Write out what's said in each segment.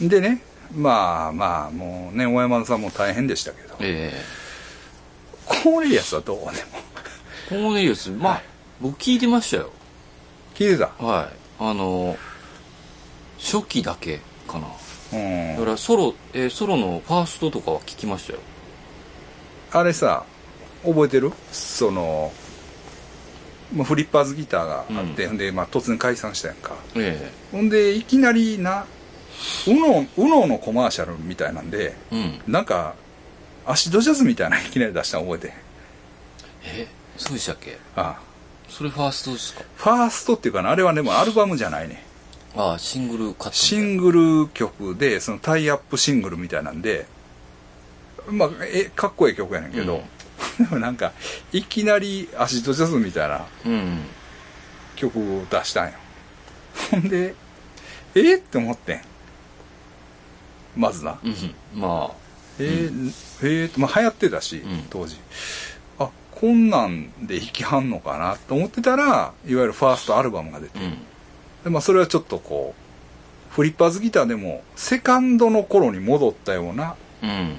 でねまあまあもうね大山田さんも大変でしたけどええコーネリアスはどうでもコーネリウスまあ、はい僕聞いてましたよ聞いてたはいあの初期だけかなうんだからソロ、えーソロのファーストとかは聞きましたよあれさ覚えてるそのまあフリッパーズギターがあって、ん、で、まあ、突然解散したやんかえほんでいきなりなうのうののコマーシャルみたいなんでえうんなんかアシドジャズみたいなのいきなり出したの覚えてへんえそうでしたっけああそれファーストですかファーストっていうかなあれはねもうアルバムじゃないねああシングル買ったシンングル曲でそのタイアップシングルみたいなんでまあえかっこいい曲やねんけど、 でもなんかいきなりアシドジャズみたいなうん曲を出したんよ ほんでえっって思ってんまずな、うんまあえーえーとまあ、流行ってたし、ん当時あこんなんで弾きはんのかなと思ってたらいわゆるファーストアルバムが出てうんで、まあ、それはちょっとこうフリッパーズギターでもセカンドの頃に戻ったようなうん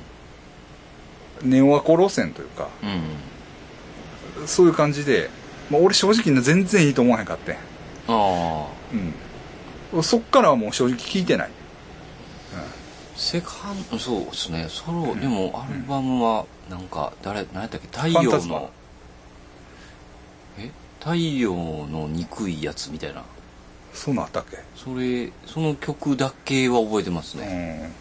ネオアコ路線というかうんそういう感じで、まあ、俺正直全然いいと思わへんかってんああうんそっからはもう正直聞いてないセカンドそうですねソロ、でもアルバムはなんか誰何やったっけ太ファンタ陽ズマのえ太陽の憎いやつみたいなそうなんあったっけそれその曲だけは覚えてますね、うん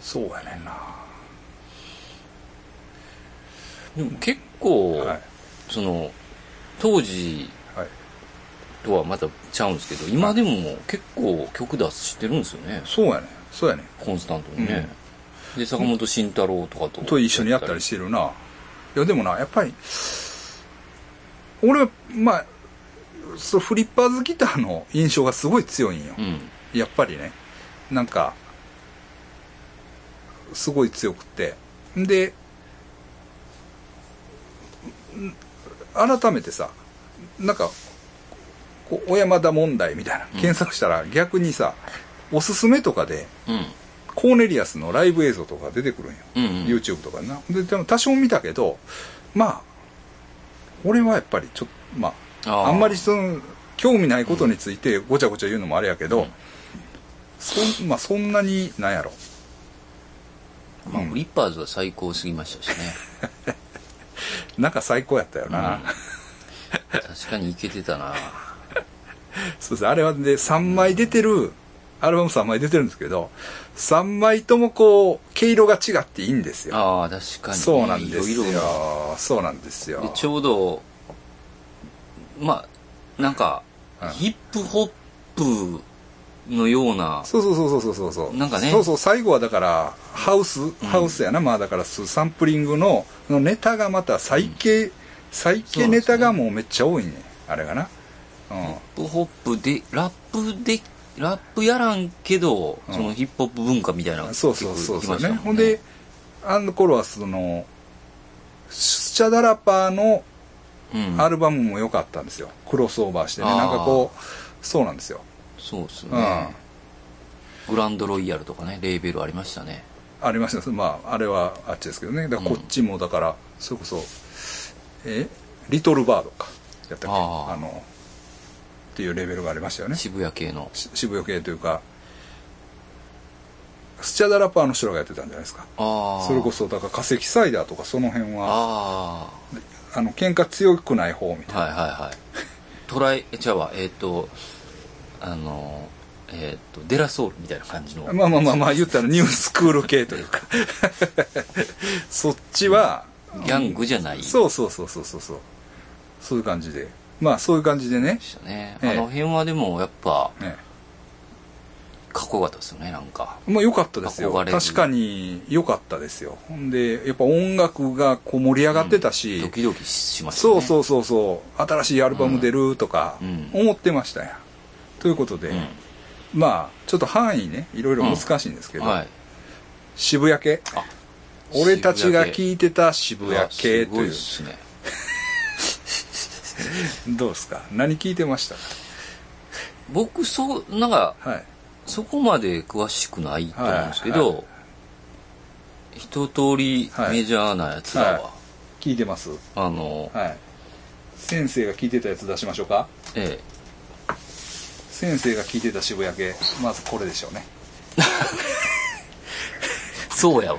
そうやねんなでも結構、はいその当時はいとはまたちゃうんですけど今でも結構曲出してるんですよねそうやねそうやねコンスタントにね、で坂本慎太郎とかとと一緒にやったりしてるないやでもなやっぱり俺はまあそうフリッパーズギターの印象がすごい強いんようんやっぱりねなんかすごい強くてでん改めてさなんかこう小山田問題みたいな検索したら逆にさ、おすすめとかでうんコーネリアスのライブ映像とか出てくるんよ、うんうん YouTube とかになででも多少見たけどまあ俺はやっぱりちょっとまあああーんまりその興味ないことについてごちゃごちゃ言うのもあれやけど、うんそんまあ、そんなになんやろまあ、フリッパーズは最高すぎましたしねなんか最高やったよな、確かにいけてたな そうですあれはで3枚出てるアルバム3枚出てるんですけど3枚ともこう毛色が違っていいんですよああ確かにそうなんですいよろいろそうなんですよなでちょうどまあなんか、うんヒップホップのようなそうそうそうそうそうそうなんかねそうそう最後はだからハウス、ハウスやなまあだからそうサンプリングのそのネタがまた最系、最そ系うでネすタねがもうめっちゃ多いねあれがなうんヒップホップでラップでラップやらんけど、うんそのヒップホップ文化みたいなのそうそうそうそ結構う来まねしたもほんであの頃はそのスチャダラパーのうん、アルバムも良かったんですよ、クロスオーバーしてねあーなんかこうそうなんですよ、そうですうんね、グランドロイヤルとかねレーベルありましたねありましたまああれはあっちですけどねだからこっちもだから、それこそえリトルバードかやったっけああーのっていうレベルがありましたよねし渋谷系の渋谷系というかスチャダラパーの人らがやってたんじゃないですかああそれこそそだから化石サイダーとかその辺はあああの喧嘩強くない方みたいなはいはいはい。トライ、えちゃうわ、えっ、と、あの、えっ、と、デラソールみたいな感じの。まあまあまあまあ言ったらニュースクール系というか そっちは、ギャングじゃない。うそうそうそうそうそうそうそういう感じでまあそういう感じでねでしたね。ええあの辺はでも、やっぱ、ねかっこよかったですよね、なんか。まあ良かったですよ憧れる確かに良かったですよほんでやっぱ音楽がこう盛り上がってたし、ドキドキしましたそね。。うそううそうそう新しいアルバム出るとかうん思ってましたや、ん、ということで、うまあちょっと範囲ねいろいろ難しいんですけん。ど、はい。渋谷系あ俺たちが渋谷系聞いてた渋谷系すとごいいっうすね。どうですか何聞いてました僕そうなんかはいそこまで詳しくないと思うんですけど、はいは一通りメジャーなやつだわ、は聞いてますあの、はい先生が聞いてたやつ出しましょうかえ先生が聞いてた渋谷系まずこれでしょうね、えそうやわ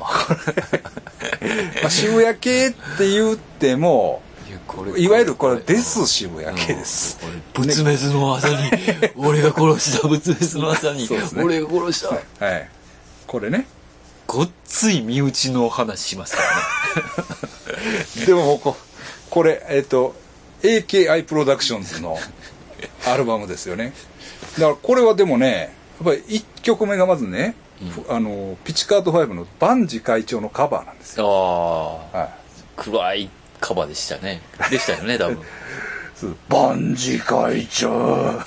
まあ、渋谷系って言ってもいやこれいわゆるこれです渋谷系です、うん俺仏滅の朝に俺が殺した仏滅の朝にそうですね俺が殺したはいこれねごっつい身内の話しますからねでもここれえっ、と AKI プロダクションズのアルバムですよねだからこれはでもねやっぱり1曲目がまずね、あのピチカート5のバンジ会長のカバーなんですよ、ああはい、暗いカバーでしたねでしたよ ね多分万事会 長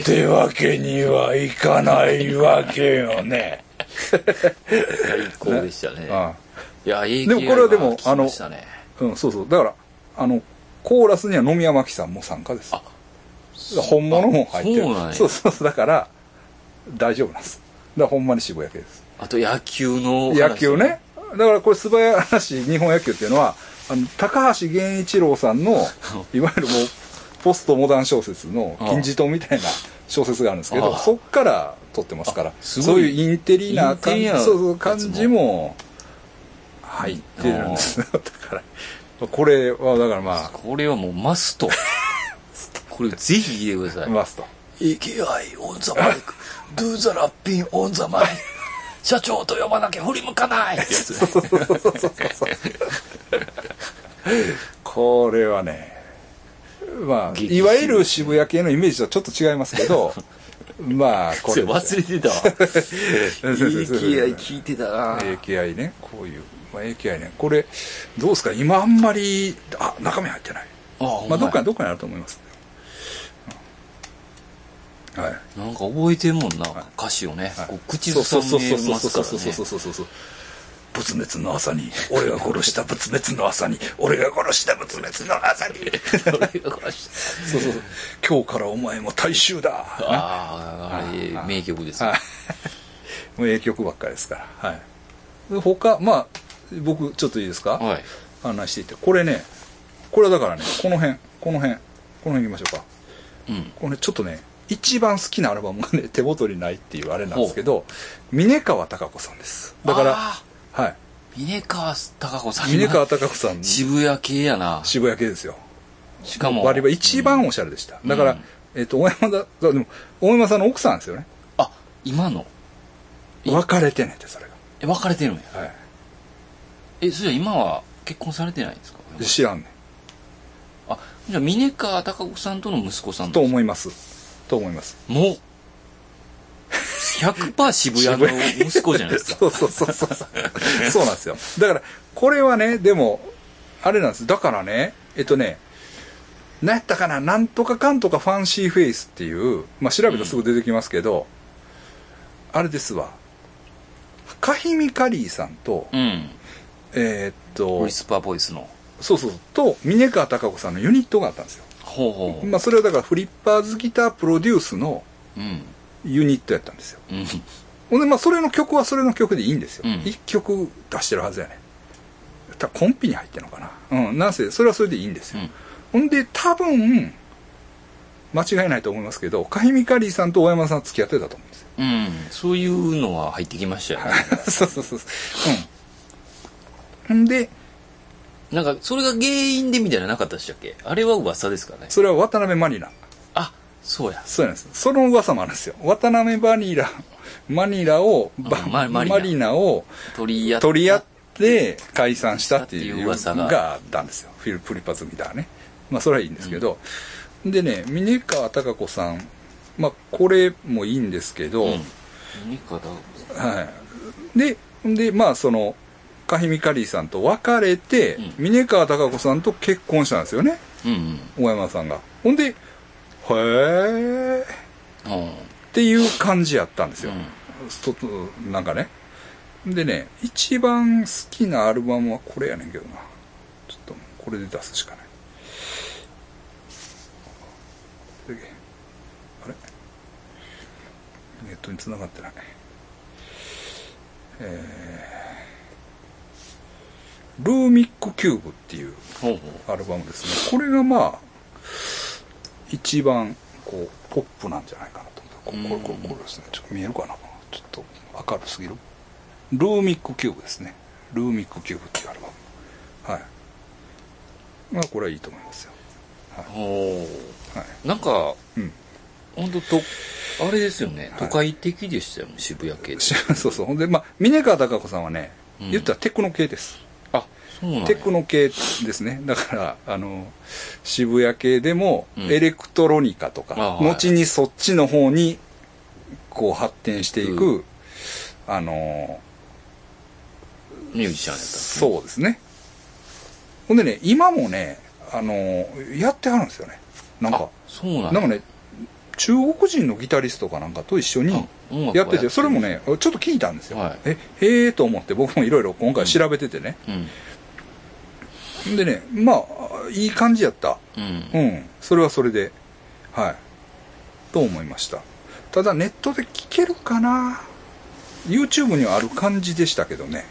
ってわけにはいかないわけよね、最高でしたねいやいいでもこれはでも気がしましたねうん、うん、そうそうだからあのコーラスには野宮真紀さんも参加ですあ本物も入ってるそうなんやそうそうそうだから大丈夫なんですだからほんまに渋谷系ですあと野球の話野球ねだからこれ素早い話日本野球っていうのはあの高橋源一郎さんの いわゆるもうポストモダン小説の金字塔みたいな小説があるんですけあどあそっから撮ってますからあすごいそういうインテリな感インじテリなそうそうやつも感じも入ってるんですよだからこれはだからまこれはもうマス トこれぜひ入れてくだあさい見ますと EKI on the mic do the rapping on the mic 社長と呼ばなきゃ振り向かないってやつこれはねまあ激いわゆる渋谷系のイメージとはちょっと違いますけ どまあこれ忘れてたわそうそうそうそう EKI 聞いてたな AKI ねこういう、まあ、AKI ねこれどうですか今あんまりあ中身入ってないあほんままあどやっかどっかにあると思います、うんはいなんか覚えてんもんな歌詞をねこう口ずさんでますからそうそうねそうそうそう仏滅の朝に俺が殺した仏滅の朝に俺が殺した仏滅の朝にそうそうそう今日からお前も大衆だあーあれ名曲ですねはいもう英曲ばっかりですからはいで他まあ僕ちょっといいですかはい案内していってこれねこれはだからねこの辺この辺この辺行きましょうかうんこれねちょっとね一番好きなアルバムがね手 元にないっていうあれなんですけど峰川貴子さんですだからあはいー峰川貴子さん峰川貴子さん渋谷系やな渋谷系ですよしかもバリバリ一番おしゃれでした、だから、うんえっと大山だだでも大山さんの奥さんですよねあ今の別れてねってそれえ別れてるんやが、はいえそれじゃ今は結婚されてないんですかで、知らんねあじゃあ峰川貴子さんとの息子さんんとも思いますと思いますう100%渋谷の息子じゃ ないですか そうそうそうそうそう。そうなんですよ。だから、これはね、でも、あれなんです。だからね、えっとね、なんやったかな、なんとかかんとかファンシーフェイスっていう、まあ調べたらすぐ出てきますけど、あれですわ。カヒミカリーさんと、うんえーっウとィ、スパーボイスのそうそうそう、と、峰川貴子さんのユニットがあったんですよ。ほうほうまあそれはだからフリッパーズギタープロデュースのうんユニットやったんですよ。うんほんで、まあ、それの曲はそれの曲でいいんですよ。うん一曲出してるはずやね。たコンピに入ってるのかな。うん、なんせ、それはそれでいいんですよ。ほんで、多分、間違いないと思いますけど、カヒミカリーさんと大山さんは付き合ってたと思うんですよ。 うんそういうのは入ってきましたよねそうそうそうそう。うん。ほんで、なんかそれが原因でみたいなのなかったでしたっけあれは噂ですからねそれは渡辺マニラ。あそうやそうなんです。その噂もあるんですよ。渡辺マニラ、マニラを、ばうんマママリリナナを、取り合っ取り合って解散したっていっていうう噂ががあったんですよフィルプリパズみたいなねまあそれはいいんですけど、でね峰川貴子さんまあこれもいいんですけど、うん峰川貴子さんはいででまあそのカヒミカリーさんと別れて、う峰川貴子さんと結婚したんですよねうんうん大山さんがほんでへえうんっていう感じやったんですよ、うんそなんかねでね一番好きなアルバムはこれやねんけどなちょっともうこれで出すしかないであれネットに繋がってない。えー、ルーミックキューブっていうほうほアルバムですね。これがまあ、一番、こう、ポップなんじゃないかなと思う。ここれ、これ、これですね。ちょっと見えるかなちょっと明るすぎる。ルーミックキューブですね。ルーミックキューブっていうアルバム。はい。まあ、これはいいと思いますよ。 うほはい。うなんかうん。本当とあれですよね、い都会的でしたよね渋谷系ってしそうそう。ほんで、まあ、峰川貴子さんはね、うん言ったらテクノ系です。あそうなんやテクノ系ですね。だから、あの、渋谷系でも、うんエレクトロニカとか、あはい後にそっちの方に、こう発展していく、うあの、ミュージシャンやったそうですね。ほんでね、今もね、あの、やってはるんですよね。なんあか、そうなんやなんかね、中国人のギタリストかなんかと一緒に、あ音楽をやってるて、それもね、ちょっと聞いたんですよ。はいえ、へえと思って、僕もいろいろ今回調べててね。うんでね、まあ、いい感じやった。うんうん。それはそれで、はい。と思いました。ただ、ネットで聞けるかな ?YouTube にはある感じでしたけどね。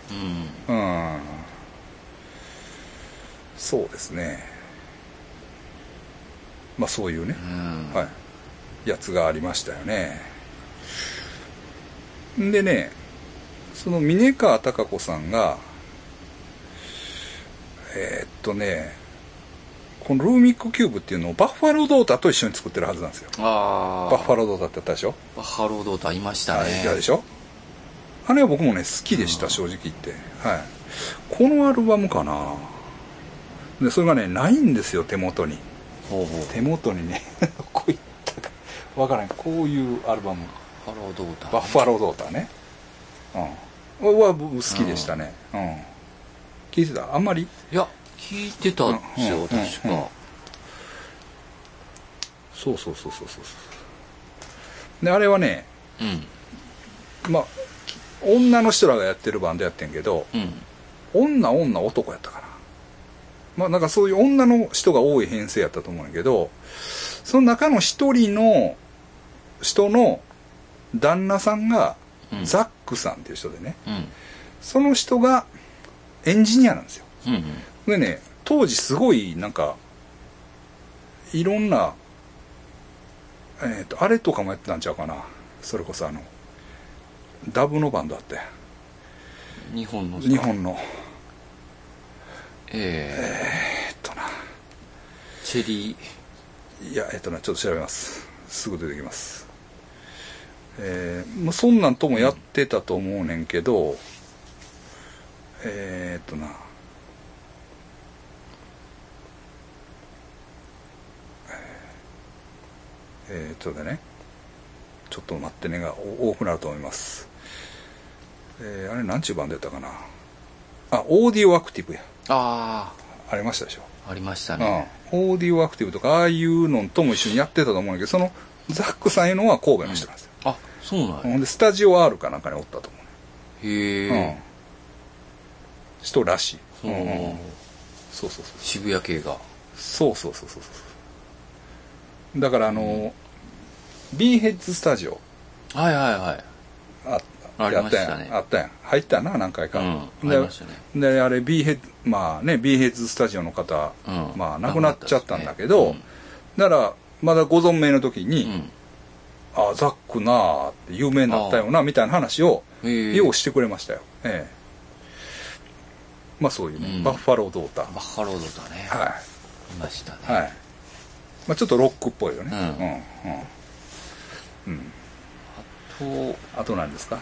うんうん。そうですね。まあ、そういうね。うんはい、やつがありましたよねんでねその峰川貴子さんがえーっとねこのルーミックキューブっていうのをバッファロードータと一緒に作ってるはずなんですよああバッファロードータってあったでしょバッハロードータいましたあねいたでしょあれは僕もね好きでした正直言ってはいこのアルバムかなでそれがねないんですよ手元にほうほう手元にね どこ行ったかわからんこういうアルバムバッファロードータバッファロードーターねうんは僕好きでしたねうん聞いてたあんまりいや聞いてたんですうんうよん確か、うんそうそうそうそうそうそうであれはねうん。まあ女の人らがやってるバンドやってんけどうん。女女男やったかなまあなんかそういう女の人が多い編成やったと思うんやけどその中の一人の人の旦那さんがうんザックさんっていう人でねうん。その人がエンジニアなんですようん。でね当時すごいなんかいろんな、えー、とあれとかもやってたんちゃうかなそれこそあのダブのバンドあって日本の。日。本のえええっとなチェリー。いやえっとなちょっと調べますすぐ出てきますえー、まあそんなんともやってたと思うねんけどえー、っとなえー、ちょっとねちょっと待ってねがお多くなると思いますえー、あれ何ちゅうバンドやったかなあオーディオアクティブやあありましたでしょあ、ありましたね。うん、オーディオアクティブとかああいうのとも一緒にやってたと思うんだけどそのザックさんいうのは神戸の人なんですよ、あ、そうなんやほんでスタジオ R かなんかにおったと思へう、え。うん、人らしい、そううんうんそうそうそう渋谷系が。そうそうそうそうそうだからあの、ビーヘッズスタジオはいはいはい。あありましたねやったやんあったやん入ったやんな何回か、うん。あでりましたね。であれ B ヘッまあね B ヘッズスタジオの方、うんまあ亡くなっちゃったんだけど、ならまだご存命の時に、うん。あザックなあって有名になったよなみたいな話をええ。ようしてくれましたよ、ええまあそういうね、うんバッファロードーターバッハロードータね。。はいましたね。い、はいまあ、ちょっとロックっぽいよねうん、うんうんと、あと何ですか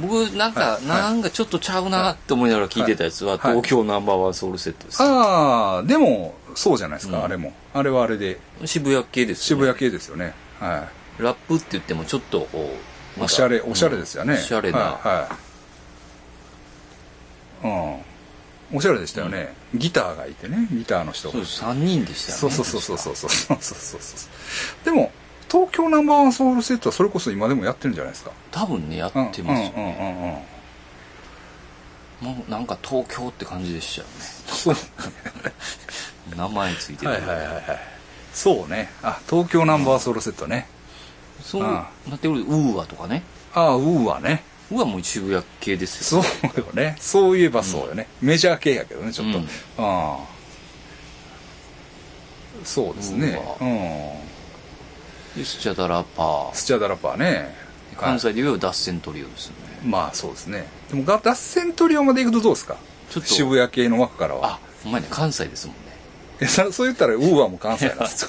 僕なんはいか、はいなんかちょっとちゃうなって思いながら聞いてたやつは、はい東京ナンバーワンソウルセットです。ああでもそうじゃないですか、うんあれもあれはあれで渋谷系ですね。渋谷系ですよねはラップって言ってもちょっとこう、いまだおしゃれおしゃれですよね、うんおしゃれな。はい、はいうんおしゃれでしたよね、ギターがいてねギターの人がそうです、3人でしたよそね。うそうそうそうそうそうそうそうそうでも東京ナンバーワンソウルセットはそれこそ今でもやってるんじゃないですか多分ねやっうんてますようんうんね、うんうんもうなんか東京って感じでしたよそうね名前ついてる、はいはいはいはいそうねあ東京ナンバーワンソウルセットね、そうあなってくるとウーアとかねああ、ウーはね。ウーアも一部屋系ですそようよね。そういえばそうよね。メジャー系やけどね、ちょっと。うんああ。そうですねウ。うでスチャダラパん。ースチャダラパーね。関西で言う脱線トリオですよねまあそうですね。でも、が脱線トリオまで行くとどうですかちょっと渋谷系の枠からはあ。ほんまやね関西ですもんねえそそう言ったらウーアも関西なん ですよ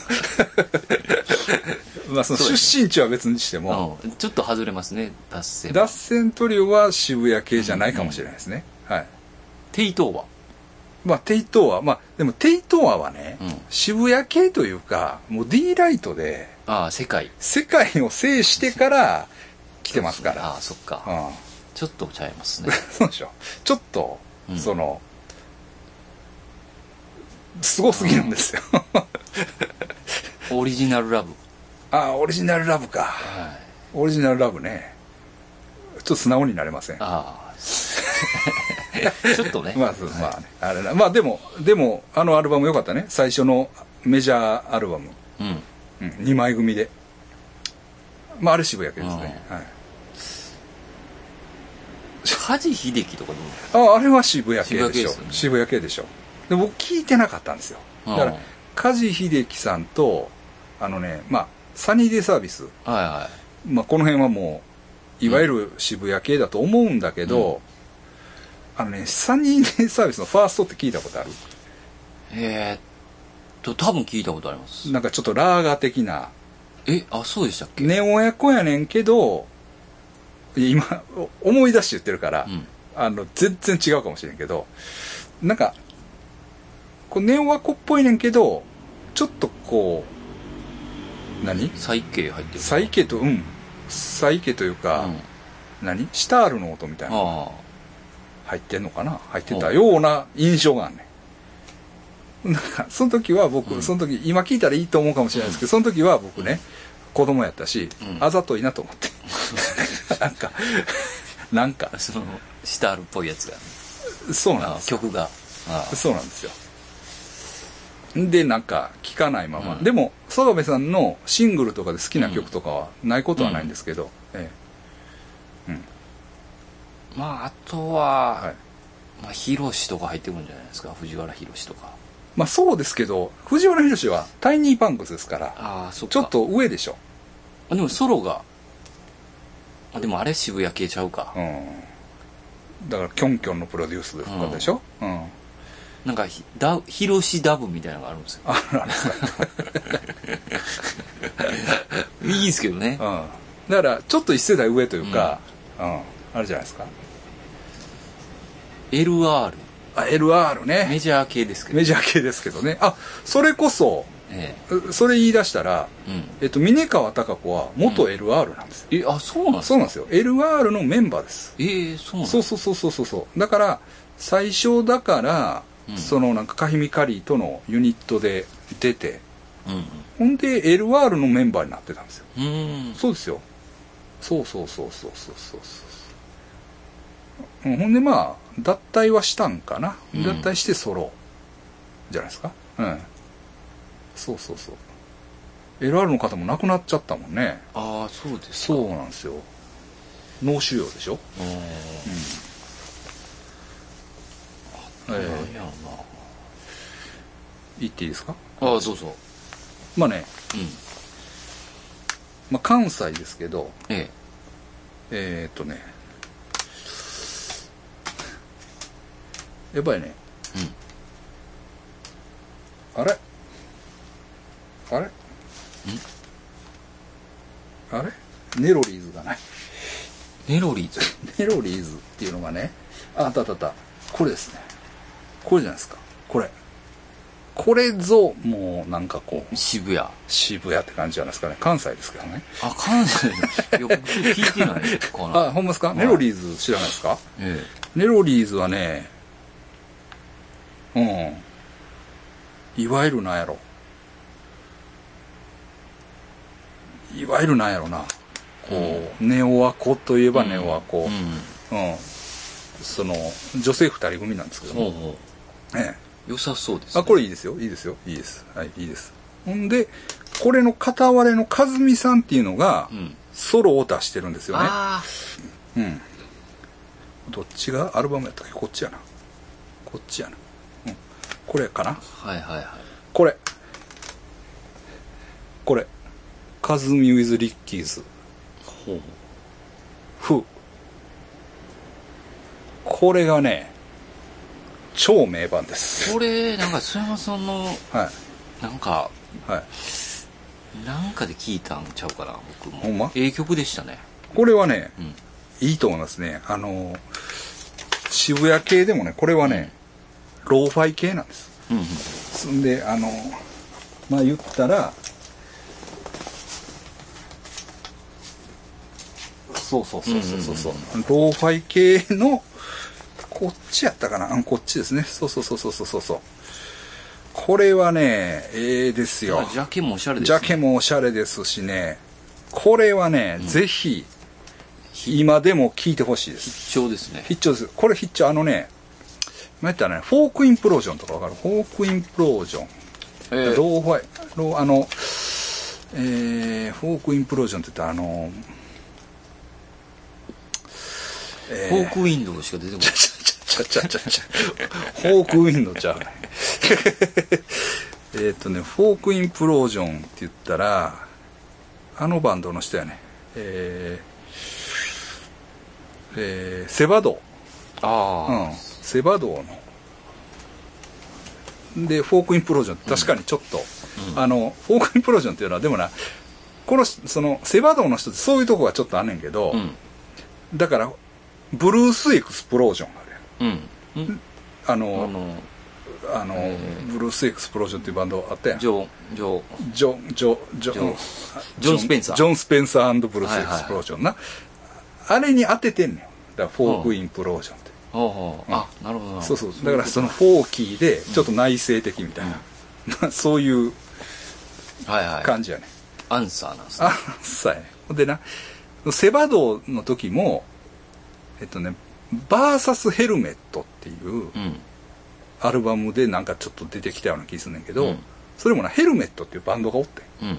まあそのそう出です身地は別にしても、うんちょっと外れますね脱線脱線トリオは渋谷系じゃないかもしれないですね、はいテイトーはまあテイトーアまあでもテイトーアはね、うん渋谷系というかもう D ライトでああ世界世界を制してから来てますかあらあそっか、うんちょっとちゃいますねそうでしょちょっと、うんそのすごすぎるんですよ、 オリジナルラブああオリジナルラブか、はいオリジナルラブね。ちょっと素直になれません。ああ ちょっとねまあ、そうまあね、あれなまあでも、でも、あのアルバム良かったね。最初のメジャーアルバム。うんうん、2枚組で。まあ、あれ渋谷系ですね。はい、梶秀樹とかでもああれは渋谷系でしょ。渋渋谷系ですよ谷,、ね系でしょ。で、僕聞いてなかったんですよ。だかうんら、梶秀樹さんと、あのね、まあ、サニーデイサービス。はいはまあ、この辺はもういわゆる渋谷系だと思うんだけど、あのねサニーデイサービスのファーストって聞いたことあるいえー、っと多分聞いたことありますなんかちょっとラーガ的なえあそうでしたっけネオ親子やねんけどいや今お思い出して言ってるから、うんあの全然違うかもしれんけどなんかこうネオ和子っぽいねんけどちょっとこう何再慶入ってるサイケとうんサイケといううんか、あ何シタールの音みたいなあ入ってんのかな入ってたような印象があんねん。なんか、その時は僕、うんその時、今聞いたらいいと思うかもしれないですけど、その時は僕ね、子供やったし、うんあざといなと思 って。なんか、なんか、そのシタールっぽいやつがそうなんあでーすよ。曲があーそうなんですよ。で、なんか、聞かないまま。うんでも、曽我部さんのシングルとかで好きな曲とかはないことはないんですけど、えまああとえは、はい。まあヒロシとか入ってくるんじゃないですか藤原ヒロシとかまあ、そうですけど、藤原宏はタイニーパンクスですから、ああそっかちょっと上でしょ。あでもソロがあでもあれ渋谷系ちゃうか、うん、だからキョンキョンのプロデュースで復活でしょ、うんなんかひダブヒロシダブみたいなのがあるんですよあるある、いいんですけどねうん、だからちょっと一世代上というか、うんあるじゃないですか LR あ LR メねジャー系ですけど、メジャー系ですけどねあそれこそえうそれ言い出したら、えうんえっと、峰川貴子は元 LR なんですよ、えあそうなんですそかうなんですよ LR のメンバーです、ええそうなんそうすそうそうそうそうそうだから最初だから、うんそのなんかカヒミカリーとのユニットで出てうんうんほんで LR のメンバーになってたんですようーんそうですよそうそうそうそうそうそうそううんほんでまあ脱退はしたんかな、うん脱退してソロじゃないですかうんそうそうそう LR の方も亡くなっちゃったもんねああそうですそうなんですよ脳腫瘍でしょうーんえなんやろ言っていいですかなああそうそうまあね、うんまあ、関西ですけどええー、っとねやっぱりねえうんあれあれあれネロリーズがない。ネロリーズネロリーズっていうのがね、ああったあったあった。これですね。これじゃないですか。これ。これぞ、もうなんかこう、渋谷あ渋谷って感じじゃないですかね。関西ですけどね。関西よく聞いてないかな あ、ほんまですかネロリーズ知らないですかえネロリーズはね、うん。いわゆるなんやろ。いわゆるなんやろな。こう、ネオアコといえばネオアえコ。うんうん。その、女性二人組なんですけどほうも。ほうええ良さそうです、ね、あ、これいいですよ。いいですよ。いいです。はい、いいです。ほんで、これの片割れの和美さんっていうのがうん。ソロを出してるんですよね、あうん、どっちがアルバムやったっけこっちやなこっちやな、うん、これかなあ。はいはいはい。これこれカズミ・ウィズ・リッキーズほう。フこれがね超名盤ですこれ、なんか、須山さんの、はなんか、いはいなんかで聞いたんちゃうかな、僕も。ほんまええ曲でしたね。これはねうん。いいと思いますねあの渋谷系でもねこれはねローファイ系なんですうんうん。そんであのまあ言ったらそうそうそうそうそうそう,、ローファイ系のこっちやったかなうんこっちですねそうそうそうそうそうそうそうこれはねええですよあジャケもおしゃれです、ジャケもおしゃれですしねこれはね、ぜひ今でも聴いてほしいです貴重ですね。必聴ですこれ必聴あのね何やったらねフォークインプロージョンとかわかるフォークインプロージョンえローーファイローあのえーフォークインプロージョンって言ったらあのえフォークウィンドウしか出てこない。ちゃちゃちゃちゃちゃフォークウィンドちゃうね えっとねフォークインプロージョンって言ったらあのバンドの人やねえーえーセバドあうあ、ん、セバドーの。で、フォークインプロージョンって確かにちょっと、あの、フォークインプロージョンっていうのは、でもな、この、その、セバドーの人ってそういうとこがちょっとあんねんけど、うん。だから、ブルースエクスプロージョンがあるやんうん。うん。ああの、の、あの、ブルースエクスプロージョンっていうバンドあったやん。ジジョョー、ジョー、ン、ジョン、ジョン、ジジョョンン、ジョン・スペンサー。ジョン。ン・スペンサーブルースエクスプロージョンな。あれに当ててんねん。だから、フォークインプロージョンって。ほうほうあ、なるほどなるほど。そうそうだからそのフォーキーでちょっと内省的みたいな、まあ そういうはいはい。感じやね、アンサーなんですね。あさえほんでなセバドーの時もえっとね「バーサスヘルメット」っていううん。アルバムでなんかちょっと出てきたような気すんねんけど、うんそれもなヘルメットっていうバンドがおってんうん。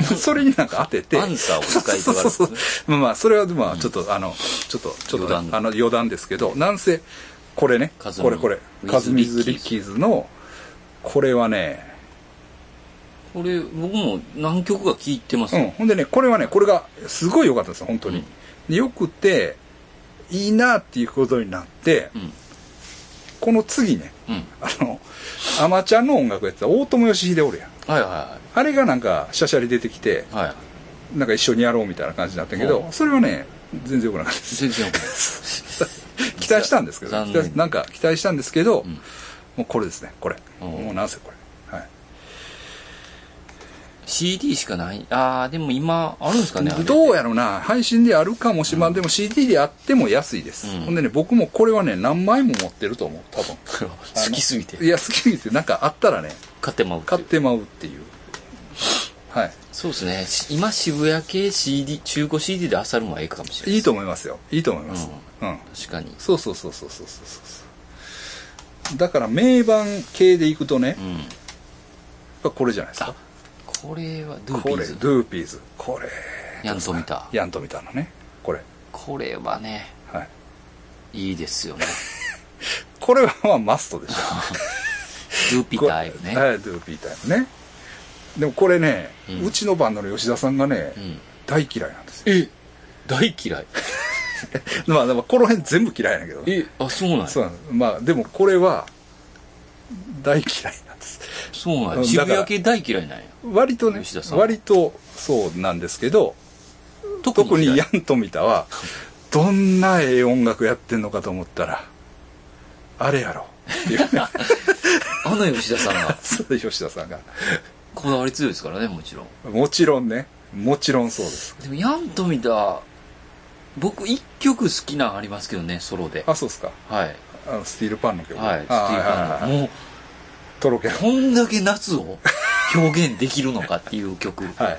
それになんか当てて。アンサーを使いたがるんそでうすねそうそう。まあまあ、それは、まあ、ちょっと、あの、ちょっと、ちょっと、余談あの、余談ですけど、なんせ、これね、カズミこれこれ、カズミズ・リッキーズの、これはね、これ、僕も何曲か聴いてますうよん、ほんでね、これはね、これが、すごい良かったんですよ、本当に。でよくて、いいなっていうことになって、うん。この次ね、うん。あの、アマちゃんの音楽やってた大友義秀おるやん。はいはあれがなんか、シャシャリ出てきてい、はい。はい。なんか一緒にやろうみたいな感じになったけど、うんそれはね、全然良くなかったです。全然わかんない。期待したんですけど、残期念待なんか期待したんですけど、んもうこれですね、これ。うんもうなんせこれ。はい。 CD しかない。ああ、でも今、あるんですかね。あれどうやろな、配信であるかもしれない。でも CD であっても安いです。うんほんでね、僕もこれはね、何枚も持ってると思う、多分。好きすぎてい。や、好きってなんかあったらね、買ってまうってい買うってまうっていう。はい。そうですね。し今、渋谷系 CD、中古 CD で漁るのはええかもしれないいでいと思いますよ。いいと思います。うん。す。確かに。そうそうそうそうそうそうそう。だから、名盤系でいくとね、やっうん。ぱこれじゃないですかあ。、これは、ドゥーピこーれ、ズ。ドゥーピーズ。これ、ヤントミタ。ヤントみたいなね。これ。これはね、はい。いいですよね。これはまあマストでしょ。ドゥーピタイプね。はい、ドゥーピータイムね。でもこれね、ううんちのバンドの吉田さんがね、うん。大嫌いなんですよ。え大嫌い。まあ、でもこの辺全部嫌いなんだけどね。え、あ、そうなんやそうなんです。まあ、でもこれは、大嫌いなんです。そうなんうんや。だから渋谷系大嫌いなんや。割とね吉田、さん割とそうなんですけど、特に嫌ヤいンとミタ は、どんなええ音楽やってんのかと思ったら、あれやろ。っていうねあの吉田さんがそう吉田さんが。こだわり強いですからね、もちろん。もちろんね、もちろんそうです。でも、ヤントミタ、僕一曲好きなんありますけどね、ソロで。あ、そうですか。はい。あのスティールパンの曲。はい。スティーブあハはいはいはンいもう、とろける。こんだけ夏を表現できるのかっていう 曲。はい。はい。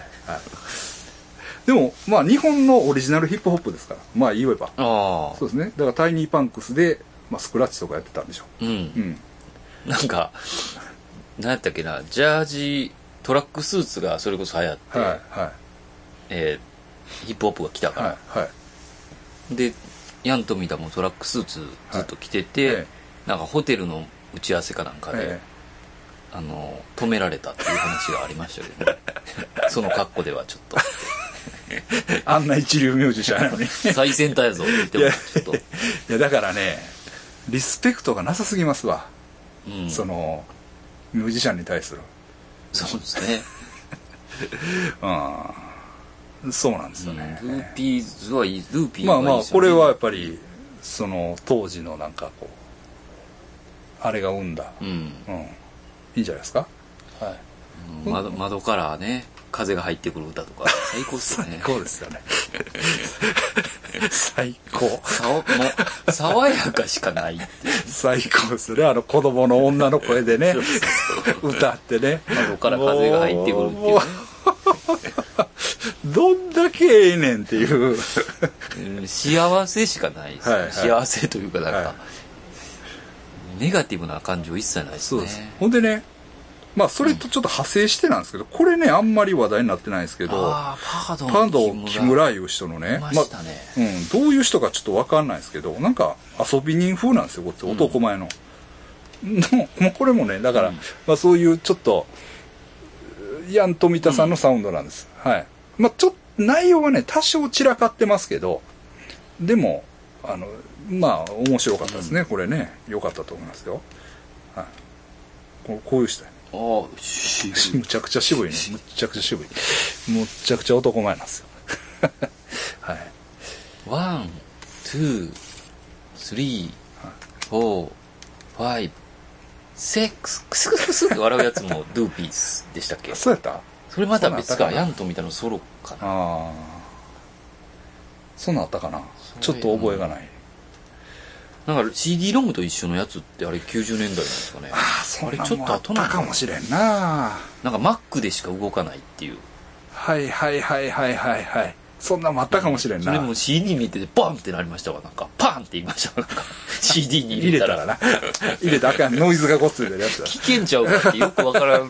でも、まあ、日本のオリジナルヒップホップですから。まあ、言えば。ああそ。うですね。だから、タイニーパンクスで、まあ、スクラッチとかやってたんでしょうんう。う。ん。なんか、なんやったっけな、ジャージトラックスーツがそれこそ流行って、はいはえーヒップホップが来たいから、はいはいでヤンとミダもトラックスーツずっと着てて、えなんかホテルの打ち合わせかなんかで、えあの止められたっていう話がありましたけど、ね、 その格好ではちょっとえあんな一流ミュージシャンなのに い最先端やぞって言ってもいやちょっと、やだからねリスペクトがなさすぎますわ、うん、そのミュージシャンに対するそうですねうんそうなんですよね、うんルーピーズはいいルーピーまはあいいまあですこよねれはやっぱりその当時のなんかこうあれが生んだ、うんうんいいんじゃないですかはいうん窓窓からね風が入ってくる歌とか最高っすよ最ね高ですよね 最高さわもう爽やかしかないって最高ですよねあの子供の女の声でね そうそうそう歌ってね窓から風が入ってくるっていうねもうどんだけええねんっていううん幸せしかないですね、はいはい幸せというかなんか、はネガティブな感情一切ないですねほんでねまあそれとちょっと派生してなんですけど、これねあんまり話題になってないんですけどああパードンパンド木い村いう人のねましたね、まあうん、どういう人かちょっと分かんないですけどなんか遊び人風なんですよこっちん男前の、でももうこれもねだから、うんまあ、そういうちょっとヤン富田さんのサウンドなんです、はいまあちょっと内容はね多少散らかってますけどでもあのまあ面白かったですね、これね良かったと思いますよ、はい、こうこういう人やああし むちゃくちゃ渋いね。むちゃくちゃ渋い。むちゃくちゃ男前なんですよ。 はい。ワン、ツー、スリー、フォー、ファイブ、セックス、クスクスクスって笑うやつも ドゥーピースでしたっけそうやったあそれまた別そうか、なんだヤンとみたいなソロかな。あ。そんなんあったかなそうちょっと覚えがない。なんか CD ロムと一緒のやつってあれ90年代なんですかね。ああ、それあちれちょょっとっと後後ななんのだかもしれんな。なんか Mac でしか動かないっていう。はいはいはいはいはいはい。そんなんもあったかもしれんそな。れも CD 見ててバンってなりましたわ。なんかパンって言いまし たわ。なんか CD 入に入れたれたらら。な。入れたらあかん。ノイズがごっついでるやつだ。危険ちゃうかってよくわから ん。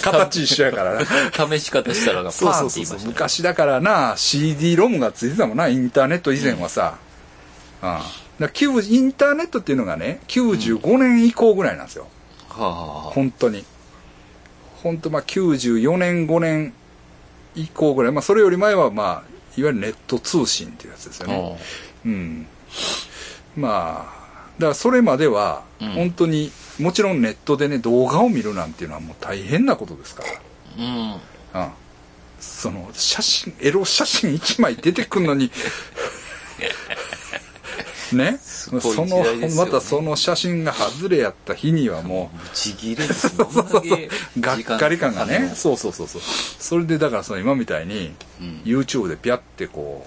形一緒やからな。 試し方したらなんかそうパそンうっそうて言そう、いましたね。昔だからな CD ロムがついてたもんなインターネット以前はさ、うんだから9インターネットっていうのがね95年以降ぐらいなんですよ、はあはあはあ本当に本当まあ94年5年以降ぐらいまあそれより前はまあいわゆるネット通信っていうやつですよねうんまあだからそれまではうん本当に、もちろんネットでね動画を見るなんていうのはもう大変なことですからうん。うんうんその写真エロ写真1枚出てくんの にねすごい時そ代ですよねのまたその写真が外れやった日にはもブチギレですね。う そうそうそどんだうけがっかり感が時間ねかかそうそうそうそうそれでだからその今みたいにるのうん YouTube でピャってこ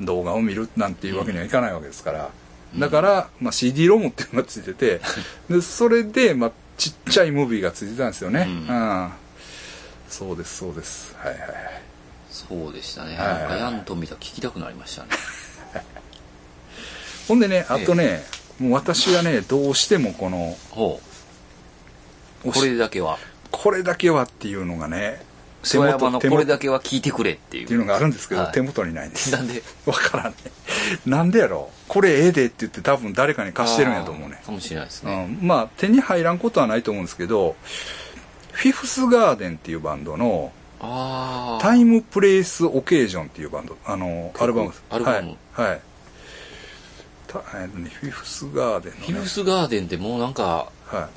う動画を見るなんていうわけにはいかないわけですから、だから、まあ、CD ロムっていうのがついててでそれで、まあ、ちっちゃいムービーがついてたんですよね、ううんそうですそうですはいはいはいそうでしたね。はいなんかヤンと見たら聞きたくなりましたね。ほんでねあとね、もう私はねどうしてもこのほう。おしこれだけは。これだけはっていうのがね手諏訪山元の手これ元っだけは聞いてくれっていていうう。のがあるんですけど、はい手元にないんですなんで わからんねなんでやろこれええでって言って多分誰かに貸してるんやと思うねあーかもしれないですうね。ん、まあ手に入らんことはないと思うんですけどフィフスガーデンっていうバンドのあ「あ。タイムプレイスオケージョン」っていうバンドあのアルバムですアルバムはい、はいたえっとねフィフスガーデンヒのルね、スガーデンってもうなんか、は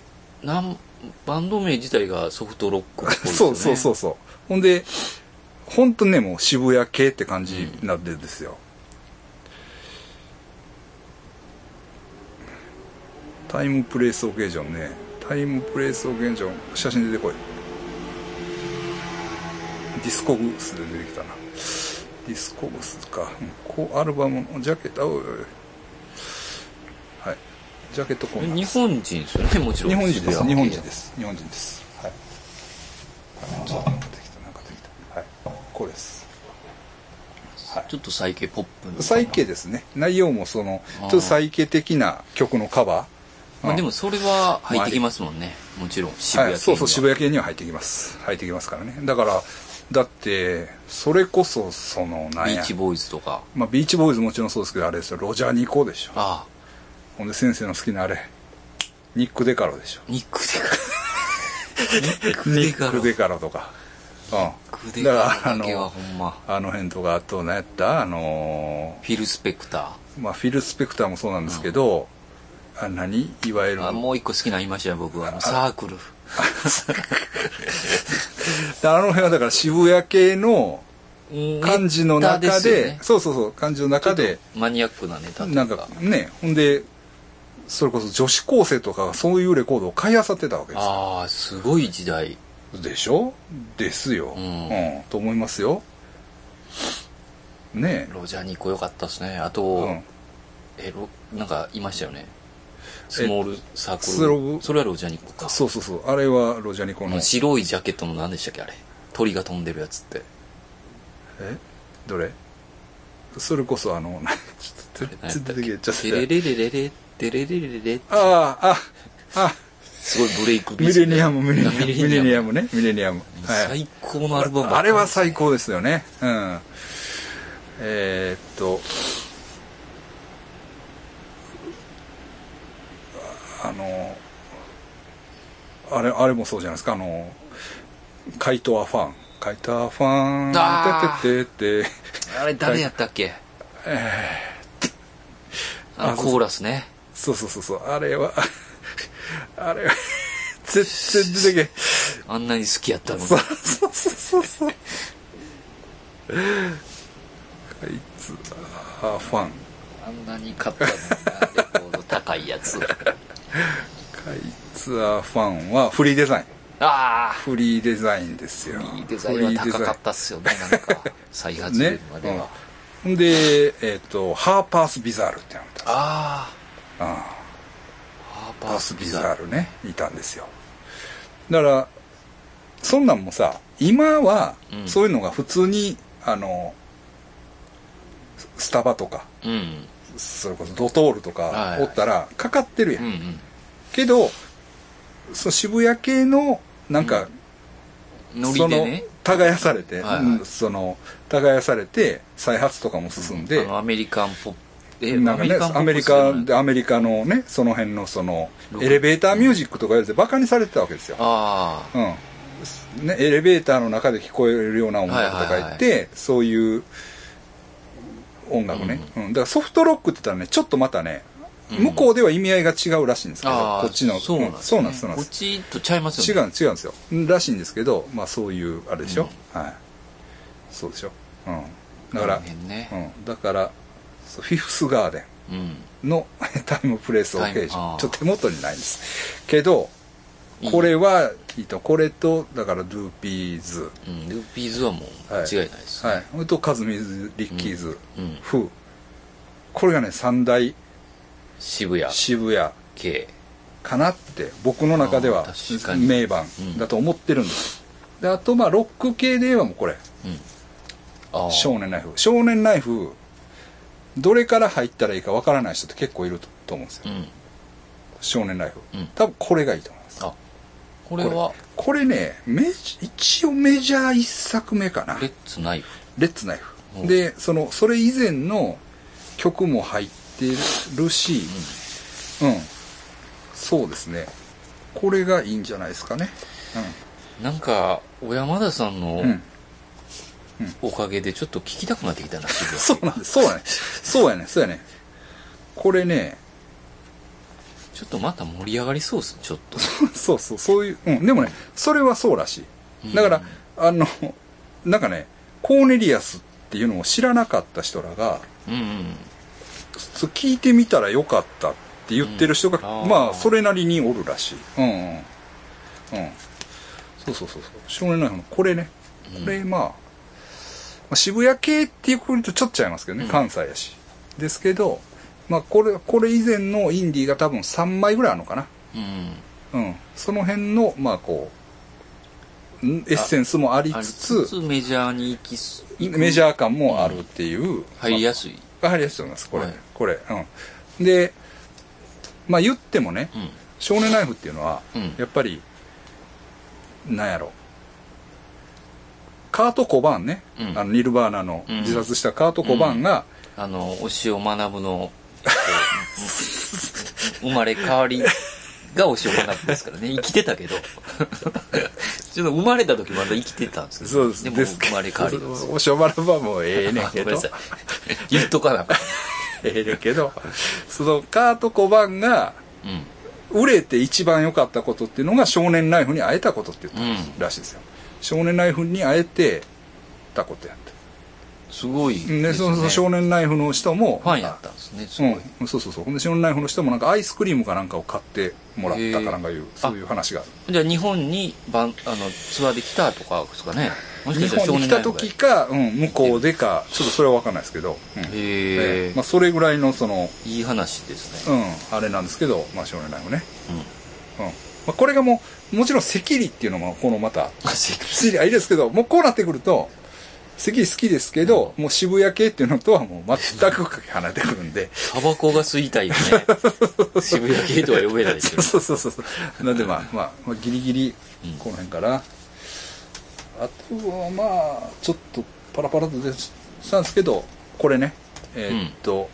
なんバンド名自体がソフトロックっぽいですい、よね。。そうそうそううそうほんでほんとねもう渋谷系って感じなんでですよ、タイムプレイスオケージョンねタイムプレイスオケージョン写真出てこいディスコグスで出てきたなディスコグスかうんこうアルバムのジャケットあおいおいおいはいジャケットこうなんです日本人ですよね、もちろん。。日本人です日本人ですす日本人ですはいあなんかできたなんかできたはいこうですちょっとサイケポップの。サイケですね内容もそのちょあーっとサイケ的な曲のカバーまあでもそれは入ってきますもんね。もちろん渋谷はい、系そうそう渋谷系には入ってきます入ってきますからねだからだってそれこそそのなんビやーチボーイズとかまあ、ビーチボーイズもちろんそうですけどあれですよロジャー・ニコでしょあほんで先生の好きなあれニック・デカロでしょあニックデカニニックデカロック・デカロとかクうデんカだロからあだけはのほんまあの辺とかあと何やったあのフィル・スペクターまあフィル・スペクターもそうなんですけど、あ何いわゆるーあもう一個好きなのいましたよ僕はあのサークルであの辺はだから渋谷系の感じの中ネタですよねそうそうそう感じの中でマニアックなネタというなんかねほんでそれこそ女子高生とかがそういうレコードを買い漁ってたわけですよああすごい時代でしょですよ、ううんんと思いますよねロジャーニコ良かったですねあと、え、うん、えロなんかいましたよねスモールサークルスロブそれはロジャーニコかそうそうそうあれはロジャニコあのの白いジャケットの何でしたっけあれ鳥が飛んでるやつってえどれそれこそあのちょっと何や全った然っ出てきちゃっけテレてレレレレテレレレレレああああすごいブレイクビミートレニアムミレニアムミレニアムムねミレニアムはい最高のアルバムあれは最高ですよねうんえーっとあのあれあれもそうじゃないですかあの「カイトアファン」「カイトアファン」あーててててあれ誰やったっけあのあそうそうコーラスねそうそうそうそうあれはあれは絶対出てけあんなに好きやったのにそうそうそうそうそうカイツアファンあんなに買ったのになレコード高いやつカイツアーファンはフリーデザイン。ああフリーデザインですよ。いいデザインは高かったっすよねなんか再フ発リーデザイ出るまでン。は、ね。うん、で、えっ、と、ハーパースビザールってのがいたんですあああハーーパパーーススビビザザーールね、いたんですよ。だから、そんなんもさ、今はう、んそういうのが普通に、あの、スタバとか、ルうんそれこそドトールとはかいおったら、かかってるやうんんう。んけど、その渋谷系の、なんか、ノリでねその耕されて、はいはいうんその耕されて再発とかも進んで、あのアメリカンポップえなんかねアメリカでアメリカのねその辺のそのエレベーターミュージックとか言われてバカにされてたわけですよ、ああうんね、エレベーターの中で聞こえるような音楽とか言って、そういう音楽ね、うんだからソフトロックって言ったらねちょっとまたねうん向こうでは意味合いが違うらしいんですけど、ああこっちのそうなうんんですそうなんねですそうなんこでっすちとちゃいます違ようねん違うんですよらしいんですけどまあそういうあれでしょ、はいそうでしょうんだから、この辺ねうん、だからそうフィフスガーデうんンの タイムプレイスオーケーシタイムあョーンちょっと手元にないんですけどこれうはいいとこれとだからドゥーピーズんルーピーズはもう間違いないですはいそれとカズミズリッキーズ、うんフーこれがね三大渋谷渋谷系かなって僕の中ではあー確かに名盤だと思ってるんです、であとまあロック系で言えばもうこれうんああ少年ナイフ少年ナイフどれから入ったらいいかわからない人って結構いるとと思うんですよ、うん少年ナイフ、うん多分これがいいと思いますあこれはこれねメジ一応メジャー一作目かなレッツナイフレッツナイうフんでそのそれ以前の曲も入ってるしうん、そうですねこれがいいんじゃないですかねなんか小山田さんのうん、うん、おかげでちょっと聞きたくなってきたな渋谷そうなんですそうやねそうやねそうやねこれね ちょっとまた盛り上がりそうですねちょっとそうそう、そういう、うん、でもね、それはそうらしうんい。だから、あの、なんかね、コーネリアスっていうのを知らなかった人らが、うんうんそう聞いてみたらよかったって言ってる人が、うんあまーあ、それなりにおるらしい。うん、うん。うん。そうそうそうそう。少年ナイフの、これね、これ、まあ、まあ渋谷系っていうこととちょっと違いますけどね、うん関西やし。ですけど、まあ、これ、これ以前のインディーが多分3枚ぐらいあるのかな。うんうん、その辺の、まあこう、んエッセンスもありありつつ、つつメジャーに行きすメジャー感もあるっていう。入りやすいまあ入りやすいと思います、これ。はいこれ、うん。で、まあ言ってもね、うん少年ナイフっていうのは、うんやっぱり、なんやろカート・コバーンね、うんあのニルバーナの自殺したカート・コバーンが、あの、押尾学の、えっと 生まれ変わりが押尾学ですからね。生きてたけど。 ちょっと生まれた時まだ生きてたんですけどそうですでもです生まれ変わりなんです よおしょばらばもええねんあごけめんなどさい。言っとかなあかっええねんけどそのカート・コバーンがた。うん。売れて一番良かったことっていうのが少年ライフに会えたことって言うんったらしいですよ、少年ライフに会えてたことやってすごいです、でね。そのその少年ライフの人もファンやったんですね。すごい。うん、そうそうそうほんで少年ライフの人もなんかアイスクリームかなんかを買ってもらったかなんかいうあそういう話があるじゃあ日本にバンあのツアーで来たとかですかね。もしか日したら少本に年来ライたブが時か、うん、向こうでかちょっとそれは分かんないですけど、うんへえええ、まあ、それぐらいのその、いい話ですうね。ん、あれなんですけど、まあ、少年ライフね、うん。うんまあ、これがもうもちろんセキリっていうのもこのまたあセキセキリはいいですけどもうこうなってくるとセキリ好きですけど、もう渋谷系っていうのとはもう全くかけ離れてくるんでタバコが吸いたいよね。 渋谷系とは呼べないですよね。そうそうそうそうなんでまあ、まあ、まあギリギリこの辺から、あとはまあちょっとパラパラと出したんですけどこれねえーっと、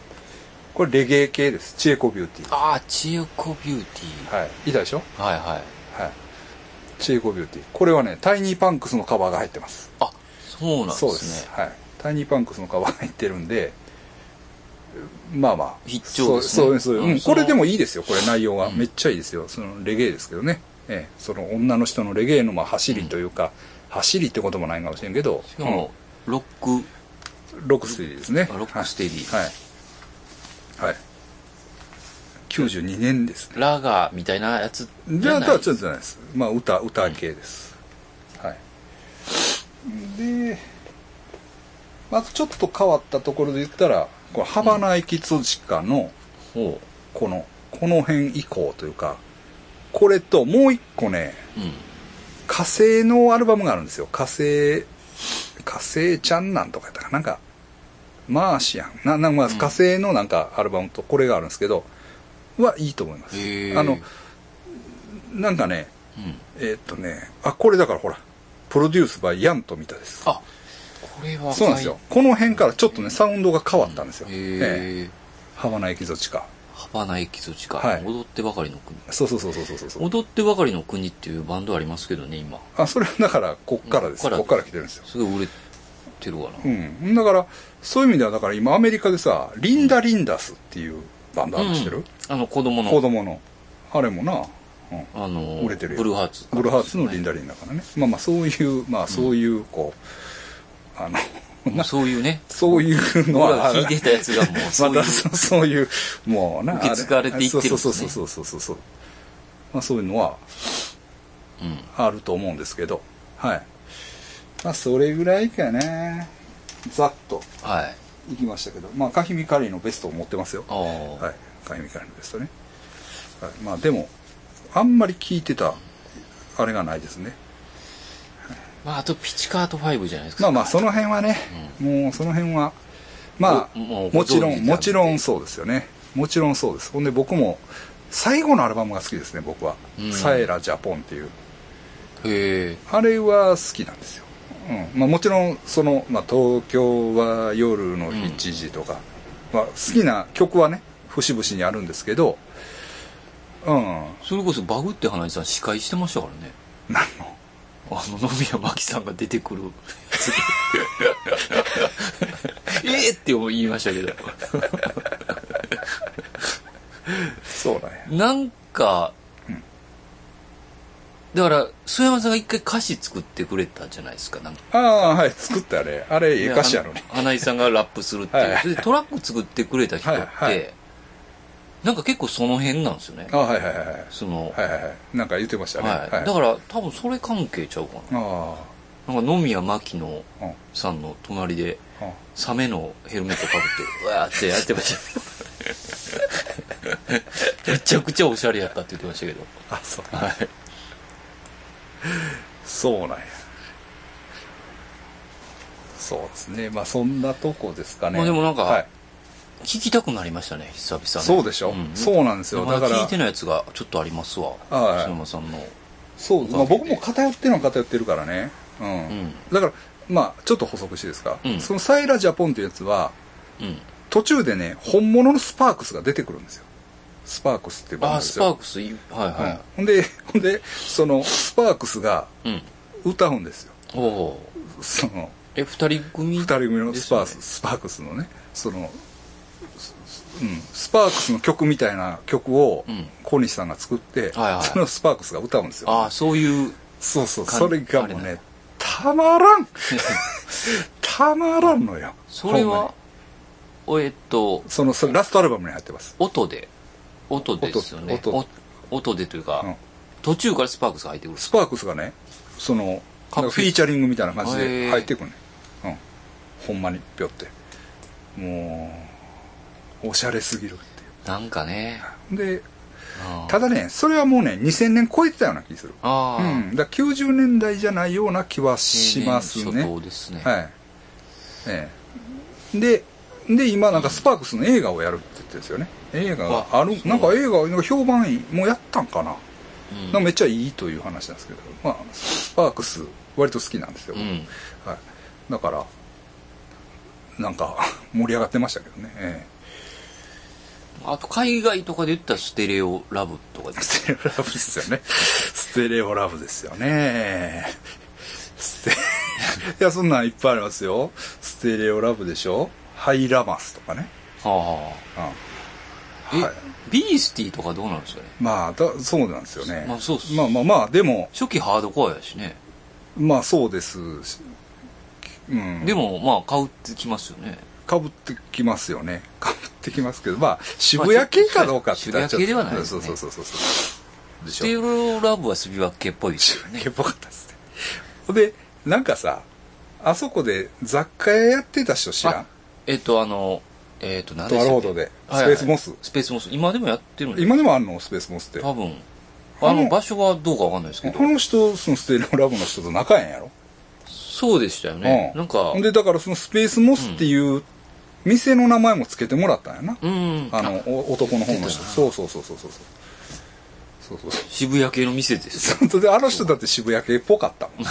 これレゲエ系ですチエコビューティーああ、チヨコビューティはいいたでしょー。はいはい。はいチエコビューティーこれはねタイニーパンクスのカバーが入ってますあ、そうなんですそね。うですはいタイニーパンクスのカバーが入ってるんでまあまあ必聴ですねそうそうそう、うんうんそのこれでもいいですよこれ内容は、うんめっちゃいいですよそのレゲエですけどね、ええ、その女の人のレゲエのまあ走りというか、走りってこともないかもしれんけどしかも、ロック、うんロックステディですねあロックステディはい、はいはい、92年ですねラガーみたいなやつじゃあ、とはちょっとじゃないです。まあ、歌、歌系です。はい。で、まあ、ちょっと変わったところで言ったら、この、ハバナエキツジカの、ほこの、この辺以降というか、これともう一個ね、う。うん。火星のアルバムがあるんですよ。火星、火星ちゃんなんとかやったかな。なんか、マーシアン。な、なんかまあ、うん火星のなんかアルバムとこれがあるんですけど、はいいと思います。へえ。あのなんかね、うん。えーっとね、あ、これだからほら、プロデュースバイヤントみたいです。あ、これは、そうなんですよ。。この辺からちょっとね、サウンドが変わったんですよ。へえええ。ハバナエキゾチカ。ハバナエキゾチカ、はい踊ってばかりの国。そうそうそうそうそうそう。踊ってばかりの国っていうバンドありますけどね、今。あ、それはだから、こっからです。ここっからっから来てるんですよ。すごい売れてるわな。うん。だから、そういう意味では、だから今アメリカでさ、リンダ・リンダスっていうバンドあるの知ってる、あの、子供の。子供の。あれもな、うん。あの、売れてるよブルーハーツ。ブルーハーツのリンダ・リンだからね。まあまあ、そういう、まあそういう、こう、あの、もうそういうね。そういうのは僕ら、が聞いてたやつがもう、そまういうた。そそういうもうな受け継がれていってるんですねあそうそうそうそうそうそう、まあ、そういうのはうん。あると思うんですけどはいまあそれぐらいかなざっとはい。いきましたけどまあカヒミカリーのベストを持ってますよああ。はいカヒミカリーのベストね、はい、まあでもあんまり聞いてたあれがないですねまあ、あと、ピチカート5じゃないですか。まあまあその辺はね、もうその辺はまあおもうもちろごん存知なんでもちろんそうですよねもちろんそうですほんで僕も最後のアルバムが好きですね僕は「うんサエラ・ジャポン」っていうへえ。あれは好きなんですよ、うんまあ、もちろんその、まあ、東京は夜の1時とか、まあ、好きな曲はね節々にあるんですけどうんそれこそ、バグって花井さん司会してましたからね。何のあの、野宮真紀さんが出てくる。 ええって言いましたけど。そうなんやなんか、だから、須山さんが一回歌詞作ってくれたじゃないですか。なんかああはい作ったあれあれええ歌詞やのにであ花井さんがラップするっていう。はいでトラック作ってくれた人って、はいはいなんか結構その辺なんですよねあ。はいはいはいはいその、はいはいはいなんか言ってましたね、はいだから多分それ関係ちゃうかあな。なんか野宮真紀のあうんさんの隣で、うんサメのヘルメットかぶって、うわーってやってま した。めちゃくちゃおしゃれやったって言ってましたけど。あそうはい。そうなんやそうですねまあそんなとこですかねまあでもなんかはい、聞きたくなりましたね、久々に。そうでしょ、んそうなんですよまだだから聞いてないやつがちょっとありますわ。はい篠山さんの。そう、まあ、おかげで僕も偏ってるのは偏ってるからね。う。うんんだから、まあ、ちょっと補足していいですか。うんそのサイラ・ジャポンってやつは、うん途中でね、本物のスパークスが出てくるんですよ。スパークスっていうバンドあですスよ。パークスいはいうんはほんで、ほんで、その、スパークスがいうん歌うんですよ。おおその、え二人組二人組のスパークですス、よねスパークスのね、その、すうん、スパークスの曲みたいな曲をうん小西さんが作って、はいはいそのスパークスが歌うんですよ。ああそういうそうそう、かそれがもうあれね、たまら んたまらんのよ。それほんまはにおえっとその、それラストアルバムに入ってます。音で音ですよね音お音でというか、うん途中からスパークスが入ってくるスパークスがね、その、なかっこいいんかフィーチャリングみたいな感じへでー入ってくるね。うん。ほんまに、ぴょって。もう、おしゃれすぎるっなんかねていう。で、あーただね、それはもうね、2000年超えてたような気する。あうー、ん。だから90年代じゃないような気はします青年ね。初頭ですね、はい。ええ。で、で、今なんかスパークスの映画をやるって言ってるんですよね。映画がああるそ、うなんか映画、なんか評判いい。もうやったんかな。うんなんかめっちゃいいという話なんですけど、まあ、スパークス、割と好きなんですよ。うんはい。だから、なんか、盛り上がってましたけどね。えあと海外とかで言ったらステレオラブとかでえ。すステレオラブですよね。ステレオラブですよね。ステ いや、そんなんいっぱいありますよ。ステレオラブでしょハイラマスとかね。はあうえ、んはい。ビースティとかどうなんですかねまあだそうなんですよねまあそうっすまあまあまあでも初期ハードコアやしね、まあそうですしうんでもまあ買うってきますよねかぶってきますよねかぶってきますけどまあ渋谷系かどうかって言ったらちょっと渋谷系ではないですそうねそうそうそうそうでスしょテレオラブはすびわけっぽ いですよね渋谷っぽかったですねほんでなんかさあそこで雑貨屋やってた人知らんあえっとあのえっと何ドでアしたロっーけドでスペはいはいースモススペースモス今でもやってるんです今でもあんのスペースモスって多分ああのの場所はどうかわかんないですけどこの人そのステレオラブの人と仲やんやろそうでしたよねうんなんかほんでだからそのスペースモスっていう店の名前も付けてもらったんやな、うんあのお男の方の出て人たなそうそうそうそうそうそうそうそう渋谷系の店ですそうであの人だって渋谷系っぽかった もん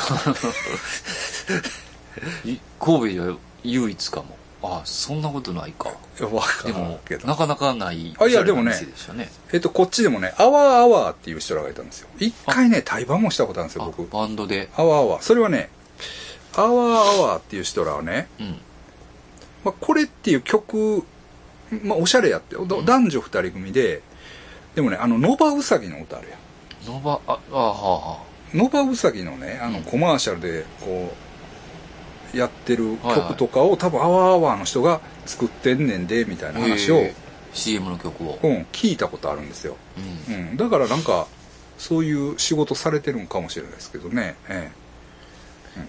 い神戸では唯一かもあそんなことないかわかでらんもけどなかなかないあいやでもねおしゃれな店でしたねえっとこっちでもねアワーアワーっていう人らがいたんですよ一回ね対バンもしたことあるんですよあ僕バンドでアワーアワーそれはねアワーアワーっていう人らはね、うんまあ、これっていう曲、まあ、おしゃれやってよど男女二人組ででもねあのノバウサギの歌あるやんノバああはあはノバウサギのね、あの、うんコマーシャルで、こう、やってるはいはい曲とかを、多分、アワーアワーの人が作ってんねんで、みたいあな話を、えー CM の曲をうん、聞いたことあるんですよ。うんうん。だからなんか、そういう仕事されてるんかもしれないですけどね。え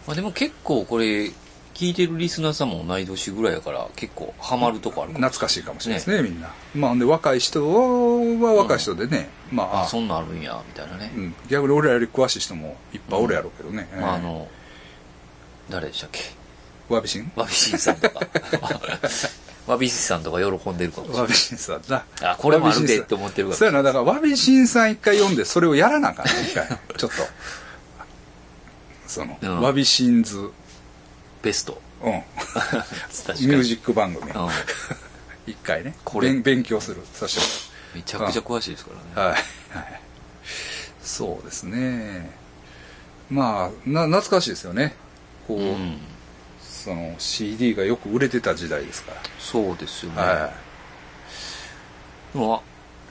まあでも結構これ聞いてるリスナーさんも同い年ぐらいやから結構ハマるとこあえるかも懐かしいかもしれないですね、みんな。まあ、ほんで、若い人は若い人でね、まあ、あそんなんあるんやみたいなねうん、逆に俺らより詳しい人もいっぱいおるやろうけどね。ええまああの誰でしたっけわびしんわびしんさんとか わびしんさんとか喜んでるかもしれないわびしんさんだ。あこれもあるでって思ってるからそうやな、だから、わびしんさん一回読んで、それをやらなあかんね、一回。ちょっと。その、うんわびしんず、うん。ベスト確かミューにジック番組うをん一回ね。これ勉勉強する。させてもめちゃくちゃ詳しいですからねらうはい。はい。そうですね。まあ、な、懐かしいですよね。こう、うんその、CD がよく売れてた時代ですかそうですよね、ら。はでもあ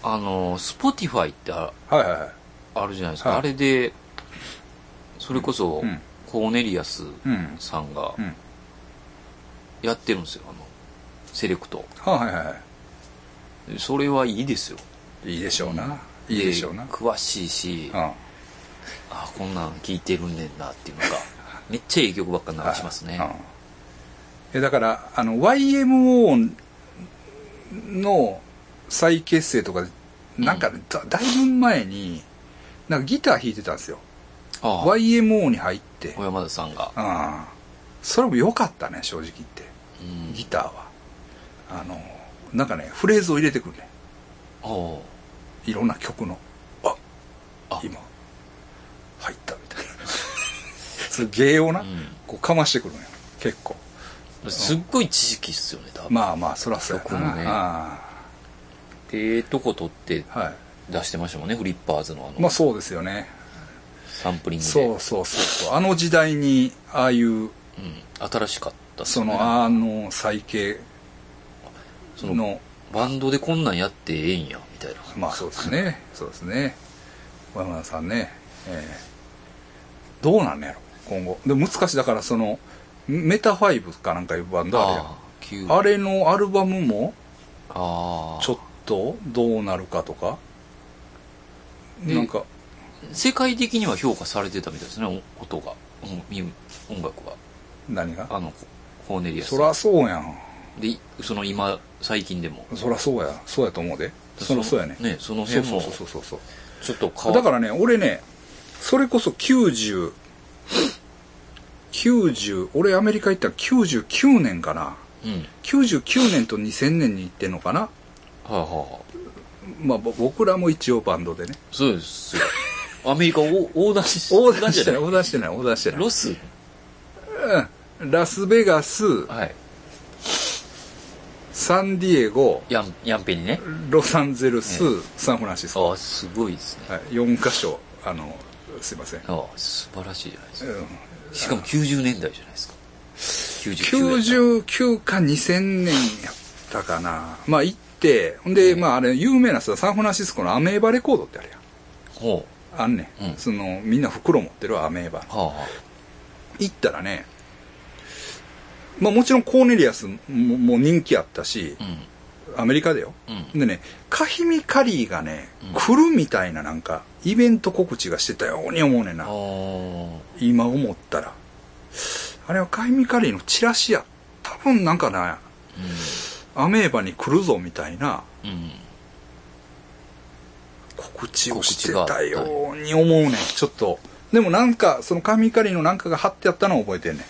あの Spotify ってあい。はいはいはい。あるじゃないですか、はいあれでそれこそ、うんコーネリアスうん。さんがうん。やってるんですよあのセレクトはいはいはそれはいいですよい。いいでしょうな。いいでしょうな。詳しいし、うん。あこんなん聞いてるねんなっていうのがめっちゃいい曲ばっか流しますね、はいうんえだからあの YMO の再結成とかでなんかね、だだいぶ前になんかギター弾いてたんですよああ YMO に入って小山田さんが、あそれも良かったね正直言ってうんギターはあのなんかねフレーズを入れてくるねああいろんな曲のああ今入ったみたいな その芸をな、うんこうかましてくるのよ結構すっごい知識っすよね、多分。まあまあそらそうや曲もねな、で、ええとこ取ってあーはい出してましたもんね、フリッパーズのあの、まあそうですよねサンプリングで。そうそうそうそうあの時代にああいううん。新しかったっすそよねのあの再建そののバンドでこんなんやってええんや、みたいな。まあそうですねそうですね和村さんね、ええどうなんのやろ今後でも難しいだからそのメタファイブかなんかいうバンドあるやんあー、急あれのアルバムもああ。ちょっとどうなるかとかえなんか世界的には評価されてたみたいですね、お音が。うんみ音楽は。何があの、コーネリアスそ。らそうやんで、その今、最近でも。そらそうやそうやと思うでそらのそうやねね、そのそう辺そもう、そうそうそうちょっと変わだからね、俺ね、それこそ90、90、俺アメリカ行ったら99年かな。うん。はい99年と2000年に行ってんのかな。はいはい。まあぼ僕らも一応バンドでね。そうですよ。アメリカを横断しオーダーしてない、横オーダーしてない、オーダーしてないロ。スうん。ラスベガス、はい。サンディエゴ、ヤン、ヤンペにね。ロサンゼルス、うサンフランシスコ。ああ、すごいですはね。い、4カ所、あの、すいません。ああ、素晴らしいじゃないですうか。ん、しかも90年代じゃないですか。99年99か2000年やったかな。まあ行って、ほんで、まああれ、有名なさ、サンフランシスコのアメーバレコードってあるやん。ほあんねん。うんその、みんな袋持ってるわアメーバう。。はあ、は行ったらね、まあもちろんコーネリアスももう人気あったしあ。う、ん。アメリカだよ。うん。でね、カヒミカリーがね、うん来るみたいななんか、イベント告知がしてたように思うねんな。ああ。今思ったら。あれはカヒミカリーのチラシや。多分なんかな、アメーバに来るぞみたいなうん。うん。告知を告し知てがあったたように思うねんちょっとでもなんかその神狩りのなんかが貼ってあったのを覚えてんね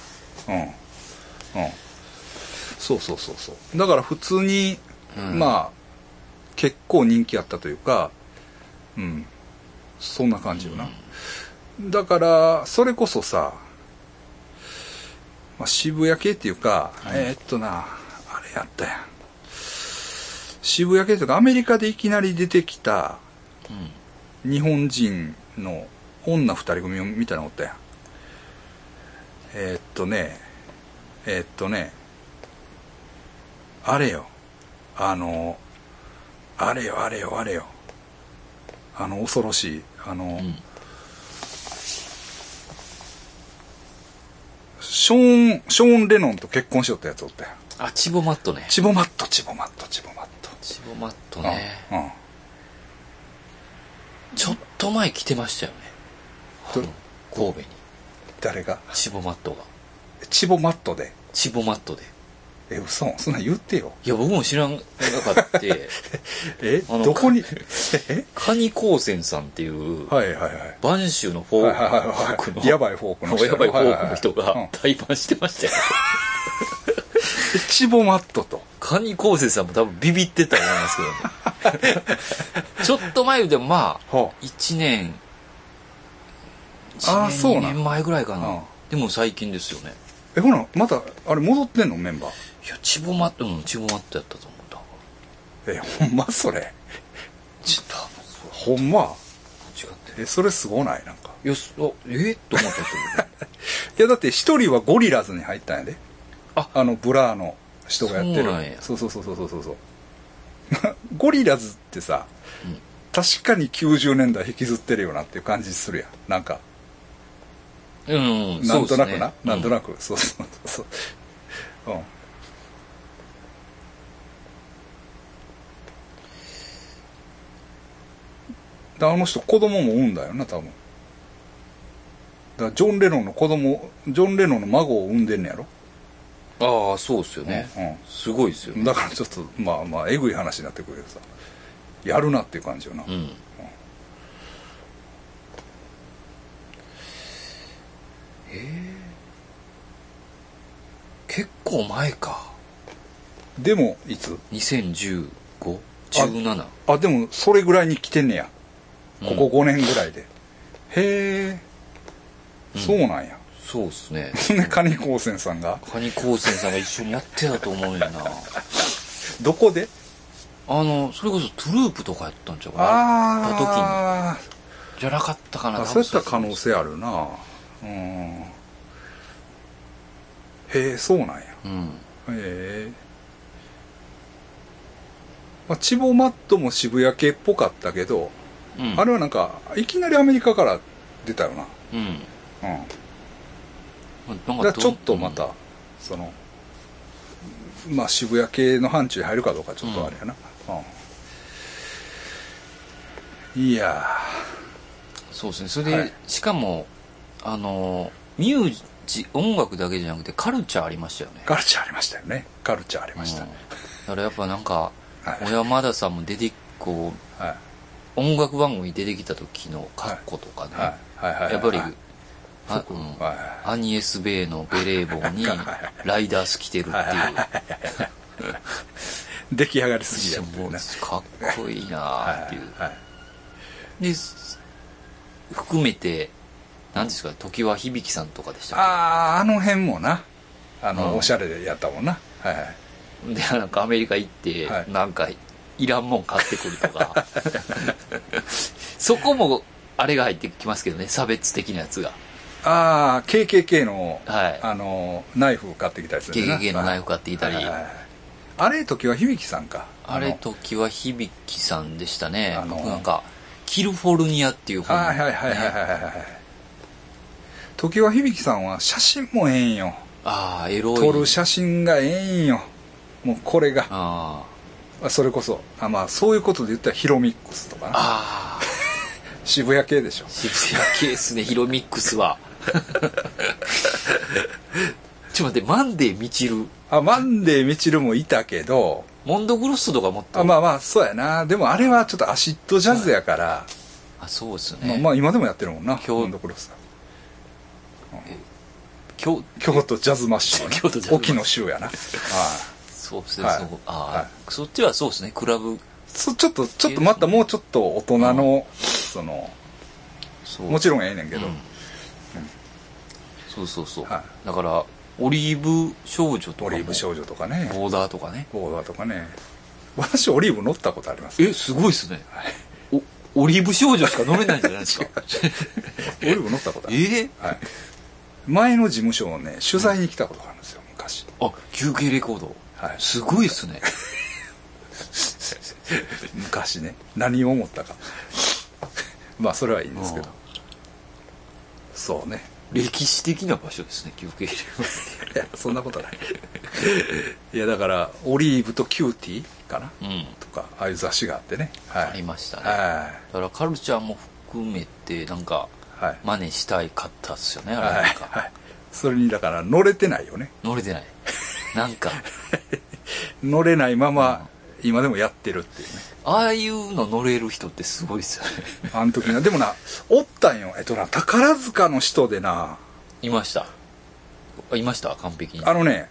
んうんうんそうそうそうそうだから普通に、うんまあ結構人気あったというかうんそんな感じよな、だからそれこそさ、まあ、渋谷系っていうか、えーっとなあれやったやん渋谷系というかアメリカでいきなり出てきたうん。日本人の女二人組みたいなのおったやんえーっとねえーっとねあれよあのあれよあれよあれよあの恐ろしいあの、うん。ショーンショーン・レノンと結婚しよったやつおったやんあ、チボマットね。チボマットチボマットチボマットチボマットね。うんうんちょっと前来てましたよね。あどの、神戸に。誰がチボマットが。チボマットでチボマットで。え嘘そんなん言ってよいや、僕も知らんなか って、えあのどこにえカニ高専さんっていう、はいはいはい播州のフォはいはいはいークはの、い。やばいフォークの人。やばいフォークの人はいはいはがい。対バンしてましたよ。うんチボマットと。カニ高専さんも多分ビビってたと思いま すけどね。ちょっと前でもまあ、は1年、あーそう1なん年2年前ぐらいかう。なんでも最近ですよね。あえ、ほな、また、あれ戻ってんのメンバー。いや、チボマット、うん、チボマットやったと思う。多分え、ほんまそれ。ち多分そほんま。う違ってる。え、それすごないなんか。よし、あ、えと思ったけどね。いや、だって一人はゴリラズに入ったんやで。ああの、ブラーの人がやってそうなんるや。そうそうそうそうそうそう そう。ゴリラズってさ、うん確かに90年代引きずってるよなっていう感じするやん。なんか、 うん、うん、なんとなそうっくすなね。なんとく。なく。そうそうそうそう。うん。であの人子供も産んだよな多分だからジョン・レノンの子供ジョン・レノンの孫を産んでんねやろ、ああ、そうっすよね。すごいっすようん、ね。だからちょっとまあまあえぐい話になってくるけどさやるなっていう感じよな、うん。えー結構前か。でもいつ 2015?17? あでもそれぐらいに来てんねやここ5年ぐらいで、へえそうなんや。そうっすね。そんで、蟹高専さんが、カニ高専さんが一緒にやってたと思うねんな。あどこでの、それこそトゥループとかやったんちゃうかな。やった時に。あーじゃなかったかな、あ、多そうい分った可能性あるな。うん。へえ、そうなんや。へうん。え。まあ、チボマットも渋谷系っぽかったけど、うん。あれはなんか、いきなりアメリカから出たよな。うん。うん。なんだからちょっとまた、そのまあ渋谷系の範疇に入るかどうかちょっとあれやな、うんいやそうですね。それで、はいしかも、あの、ミュージ、音楽だけじゃなくてカルチャーありましたよねー。カルチャーありましたよねカルチャーありました、うんだからやっぱなんか、はい小山田さんも出て、こう、はい音楽番組に出てきた時の格好とかね。はいはいはいはいやっぱり、はいあ服うんはいアニエス・ベイのベレー帽にはいライダース着てるってはいはい出来上がりすぎやう、っていもううねかっこいいはなっていう。いはいで、含めて、何ですか、常盤響さんとかでしたっあああの辺もなあの、うんおしゃれでやったもんなはいはいけで、なんかアメリカ行って、はいなんか、いらんもん買ってくる とか。そこも、あれが入ってきますけどね、差別的なやつが。ああ KKK の、はいあのナイフ買ってきたりする KKK のナイフ買ってきたりはいはいはいあれ時は響さんかあれの常盤響さんでしたねあ。のなんか、キルフォルニアっていう本、はいはいはいはいはいはいはい時は響さんは写真もええんよああ、エロい。撮る写真がええんよもうこれがあそれこそあまあそういうことで言ったらヒロミックスとかあ。なああ。渋谷系でしょ渋谷ケースね、ヒロミックスは。 ちょっと待って、マンデーみちる。あマンデーみちるもいたけどモンドグロッソとかもっと。あまあまあそうやなでもあれはちょっとアシッドジャズやから、あ、そうですまあね。まあ今でもやってるもんな京今度ころさ今日、京都ジャズマッシュ、 京都ジャズマッシュ沖の州やなはいそうですね、はいそう。ああ、はそっちはそうですね、クラブ。そちょっとちょっとまたもうちょっと大人の、そのそう。もちろんええねんけうんど、そうそうそう。はだから、オリーブ少女とかも。オリーブ少女とかねボーダーとかね。ボーダーとかね私オリーブ乗ったことありますえ、すごいですね。お、オリーブ少女しか飲めないんじゃないですか。オリーブ乗ったことあえる、ーはい、前の事務所をね取材に来たことがあるんですよ昔あ、休憩レコード。はいすごいですね。昔ね何を思ったか まあそれはいいんですけどうんそうね歴史的な場所ですね、休憩レコーいやそんなことないいやだからオリーブとキューティーかな、ド。うん。とかああいう雑誌があってねはいありましたね。だはからカルチャーも含めて、なんか、いはい真似したいかったっすよね、あれはいなんか。はいそれにだから乗れてないよね乗れてない。なんか、乗れないまま今でもやってるっていうねああいうの乗れる人ってすごいですよね。あの時なでもなおったんよえっとな宝塚の人でないました。あいました完璧に。あのね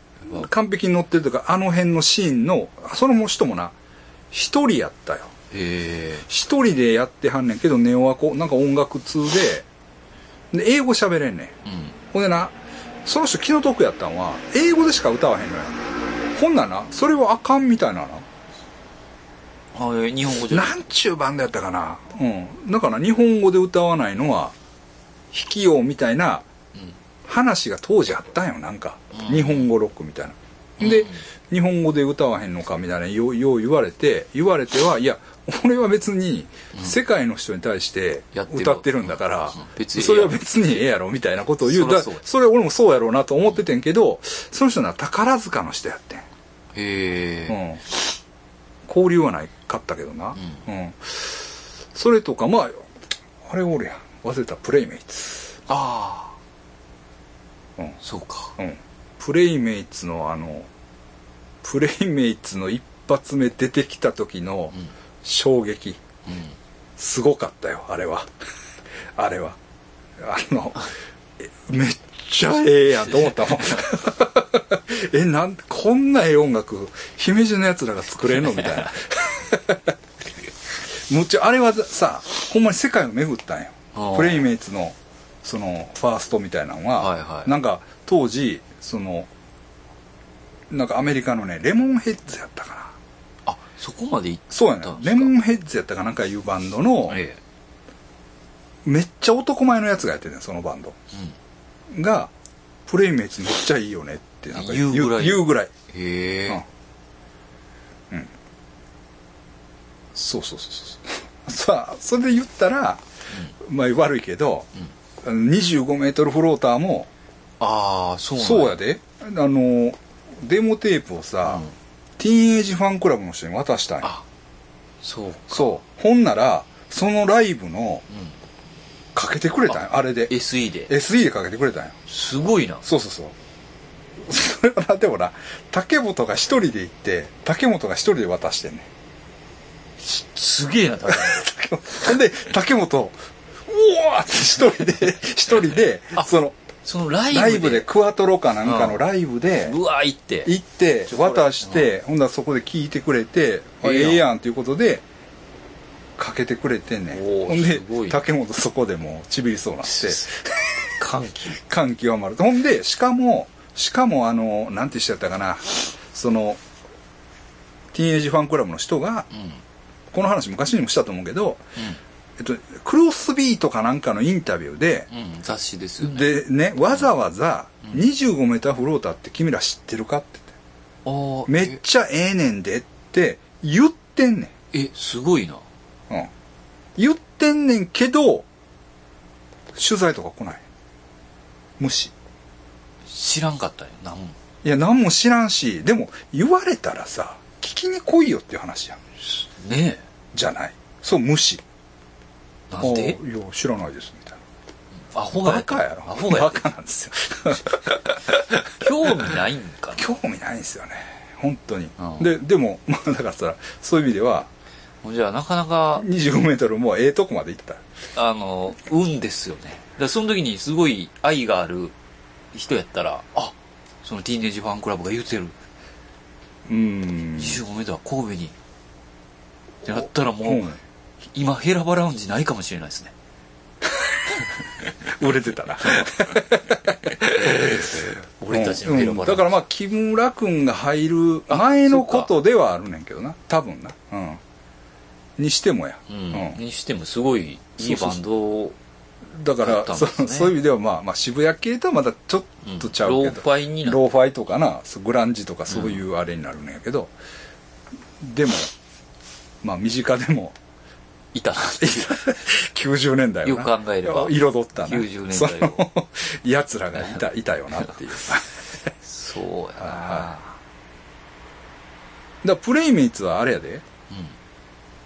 完璧に乗ってるとかあの辺のシーンのその人もな一人やったよへえ。一人でやってはんねんけどネオアコなんか音楽通でで英語喋れんねんうん。ほんでなその人気の毒やったんは英語でしか歌わへんのやほんならなそれはあかんみたいななあえー日本語じゃない。なんちゅうバンドやったかなうんだから日本語で歌わないのは引きようみたいな話が当時あったんよなんか、うん日本語ロックみたいなうんで、うん日本語で歌わへんのかみたいなようよう言われて言われてはいや俺は別に世界の人に対してやってる歌ってるんだから、うん別にええやんそれは別にええやろみたいなことを言うそらだそうやそれ俺もそうやろうなと思っててんけどその人な宝塚の人やってんへえ。うん、交流はないかったけどな、うんそれとかまああれおるやん忘れたプレイメイツ、ああ。うんそうか。うん、プレイメイツのあのプレイメイツの一発目出てきた時のうん。衝撃うん。すごかったよあれは あれはあのえめっちゃええやんと思ったもん えなんこんなええ音楽姫路のやつらが作れんのみたいな むっちゃあれはさほんまに世界を巡ったんよあープレイメイツのそのファーストみたいなのは、はいはいなんか当時そのなんかアメリカのねレモンヘッズやったかなあ、そこまで行ったそうやねんですレかモンヘッズやったかなんかいうバンドの、えめっちゃ男前のやつがやってんねんそのバンドえ。うん。が「プレイメイツめっちゃいいよね」ってなんか言うぐらい言うぐらいへえ。うんうんそうそうそうそう そうさあそれで言ったら、まあ悪いけど、あの25メートルフローターもああ、そうなんそうやであのデモテープをさ、うんティーンエイジファンクラブの人に渡したんやあ、そう。そうほんならそのライブのうん。かけてくれたんやあれで SE で。 SE でかけてくれたんやすごいな。そうそうそう。それはな、でもな、竹本が一人で行って、竹本が一人で渡してんね。すげえな、多分。ほんで、竹本、うわーって一人で、一人であ、その、そのライブで。ライブで、クワトロかなんかうのんライブで、うわー行って。行ってちょ、これ渡して、ほんだらそこで聞いてくれて、あえええやんえやんということで、かけてくれてんねおーん。ほんすごいで、竹本そこでもうちびりそうになって、歓喜。感極まるほんでしかもしかもあのなんて人やったかなそのティーンエイジファンクラブの人がうん。うん。この話昔にもしたと思うけど、えっと、クロスビートかなんかのインタビューで、うん。雑誌ですよね。でねわざわざうん25メーターフローターって君ら知ってるかってあー言ってめっちゃええねんでって言ってんねえ、えすごいな。ん、うん、言ってんねんけど取材とか来ない無視知らんかったよ。なんも。いや、何も知らんし、でも、言われたらさ、聞きに来いよっていう話やん。ねじゃない。そう、無視。え。なんであいや、知らないです、みたいアホな。がやバったカやろ。アホがやっバカなんですよ。 た興味ないんかな興味ないんですよね。本当に。うんで、でも、まあ、だからさ、そういう意味では、もうじゃあなかなか25メートルもええとこまで行った。あの運ですよねだからその時にすごい愛がある人やったらあそのティーンエイジファンクラブが言うてるうーん。 25メートルは神戸にってなったらもう、うん今ヘラバラウンジないかもしれないですね売れてたら。俺たちのヘラうバラウンジ、んだからまあ、木村くんが入る前のことではあるねんけどな。多分な。うん。にしてもや。うん、にしてもすごいいいバンドをだかだっらたんそですねそういう意味では、まあ、まあ渋谷系とはまたちょっとちゃうけど、うんローファイになるローファイとかなそうグランジとかそういうあれになるんやけど、でもまあ身近でも いたなっていう90年代をなよく考えれば彩ったな90年そ代をのやつらがい たいたよなっていうだかそうやな、はらプレイメイツはあれやでうん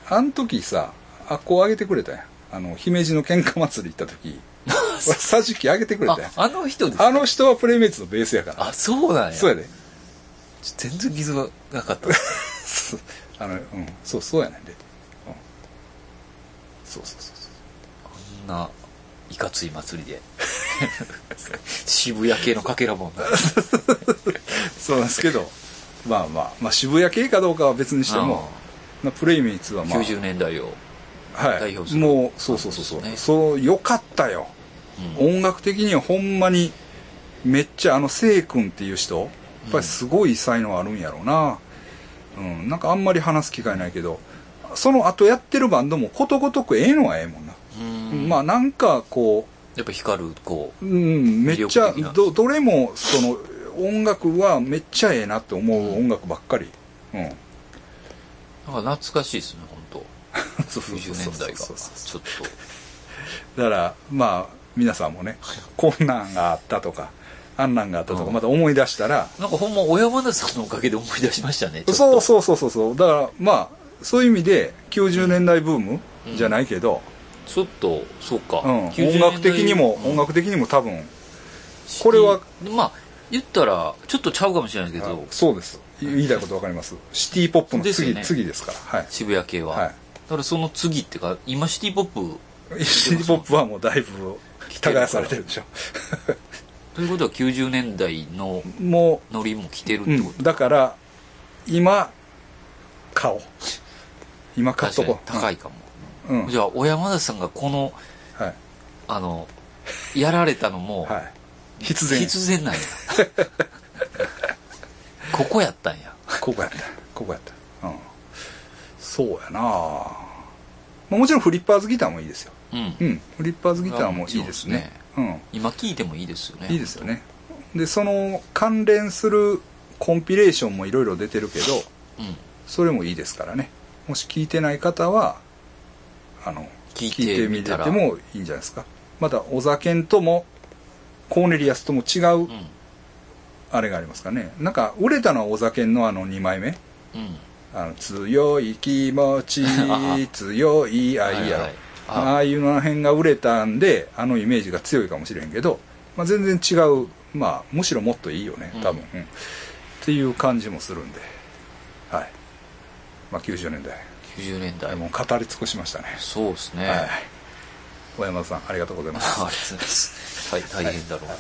あの時さあっこうあげてくれたやんあの姫路の喧嘩祭り行った 時桟敷あげてくれたやんああの人ですかあの人はプレイメイツのベースやからあそうなんやそうやで全然傷がなかったそう あの、うん、そう、そうやねんで。うんそうそうそうそう。こんないかつい祭 りで渋谷系のかけらぼんなそうなんですけど、まあまあ、まあ渋谷系かどうかは別にしても、まあプレイミーツはまあ、 90年代を、は代い表す、るもう、そうそうそうそう、そうですねそう、良かったよ。うん音楽的にはほんまに、めっちゃあの、せい君っていう人、やっぱりすごい才能あるんやろうな。うん、なんかあんまり話す機会ないけど、その後やってるバンドもことごとくええのはええもんな。うんまあなんかこう、やっぱ光るこううん、めっち魅力ゃ的なんですどどれもその音楽はめっちゃええなって思う音楽ばっかり、うん、なんか懐かしいですね本当 そうそ90うそう年代がそうそうちょっとだからまあ皆さんもねこんなんがあったとかあんなんがあったとかうんまた思い出したら、なんかほんま小山田さんのおかげで思い出しましたねちょっ とそうそうそうそうそうだからまあそういう意味で90年代ブームうんじゃないけど、ちょっとそうか、うん90音楽的にも、年代音楽的にも多分これはまあ言ったらちょっとちゃうかもしれないですけあどそうです言いたいことわかりますシティポップのです次よね次ですからはい渋谷系は、はいだからその次っていうか今シティポップシティポップはもうだいぶ耕されてるでしょということは90年代のもノリも来てるっう、うてこと、ん、だから今買おう今買っ確とかにこう高いかも、うん、うんじゃあ小山田さんがこのはい、あのやられたのも、はい。必然。必 然なんや。ここやったんや。ここやった。ここやった。うん。そうやなまあもちろんフリッパーズギターもいいですよ。うんう。ん。フリッパーズギターもいいですね。今聞いてもいいですよね。うん。いいですよね。で、その関連するコンピレーションもいろいろ出てるけど、うん。それもいいですからね。もし聞いてない方は、あの、聞いてみたら聞いてみてもいいんじゃないですか。また、小酒とも、コーネリアスとも違うう、ん。あれがありますかね。なんか、売れたのは小酒のあの2枚目。うん。あの強い気持 ち強い愛やろ、はいはいあああいうの辺が売れたんであのイメージが強いかもしれへんけど、まあ、全然違う、まあ、むしろもっといいよね多分、うんっていう感じもするんではい、まあ、90年代90年代もう語り尽くしましたね、そうですね。はい あ小山さんありがとうございまりがとうすございます。はい、大変だろうな。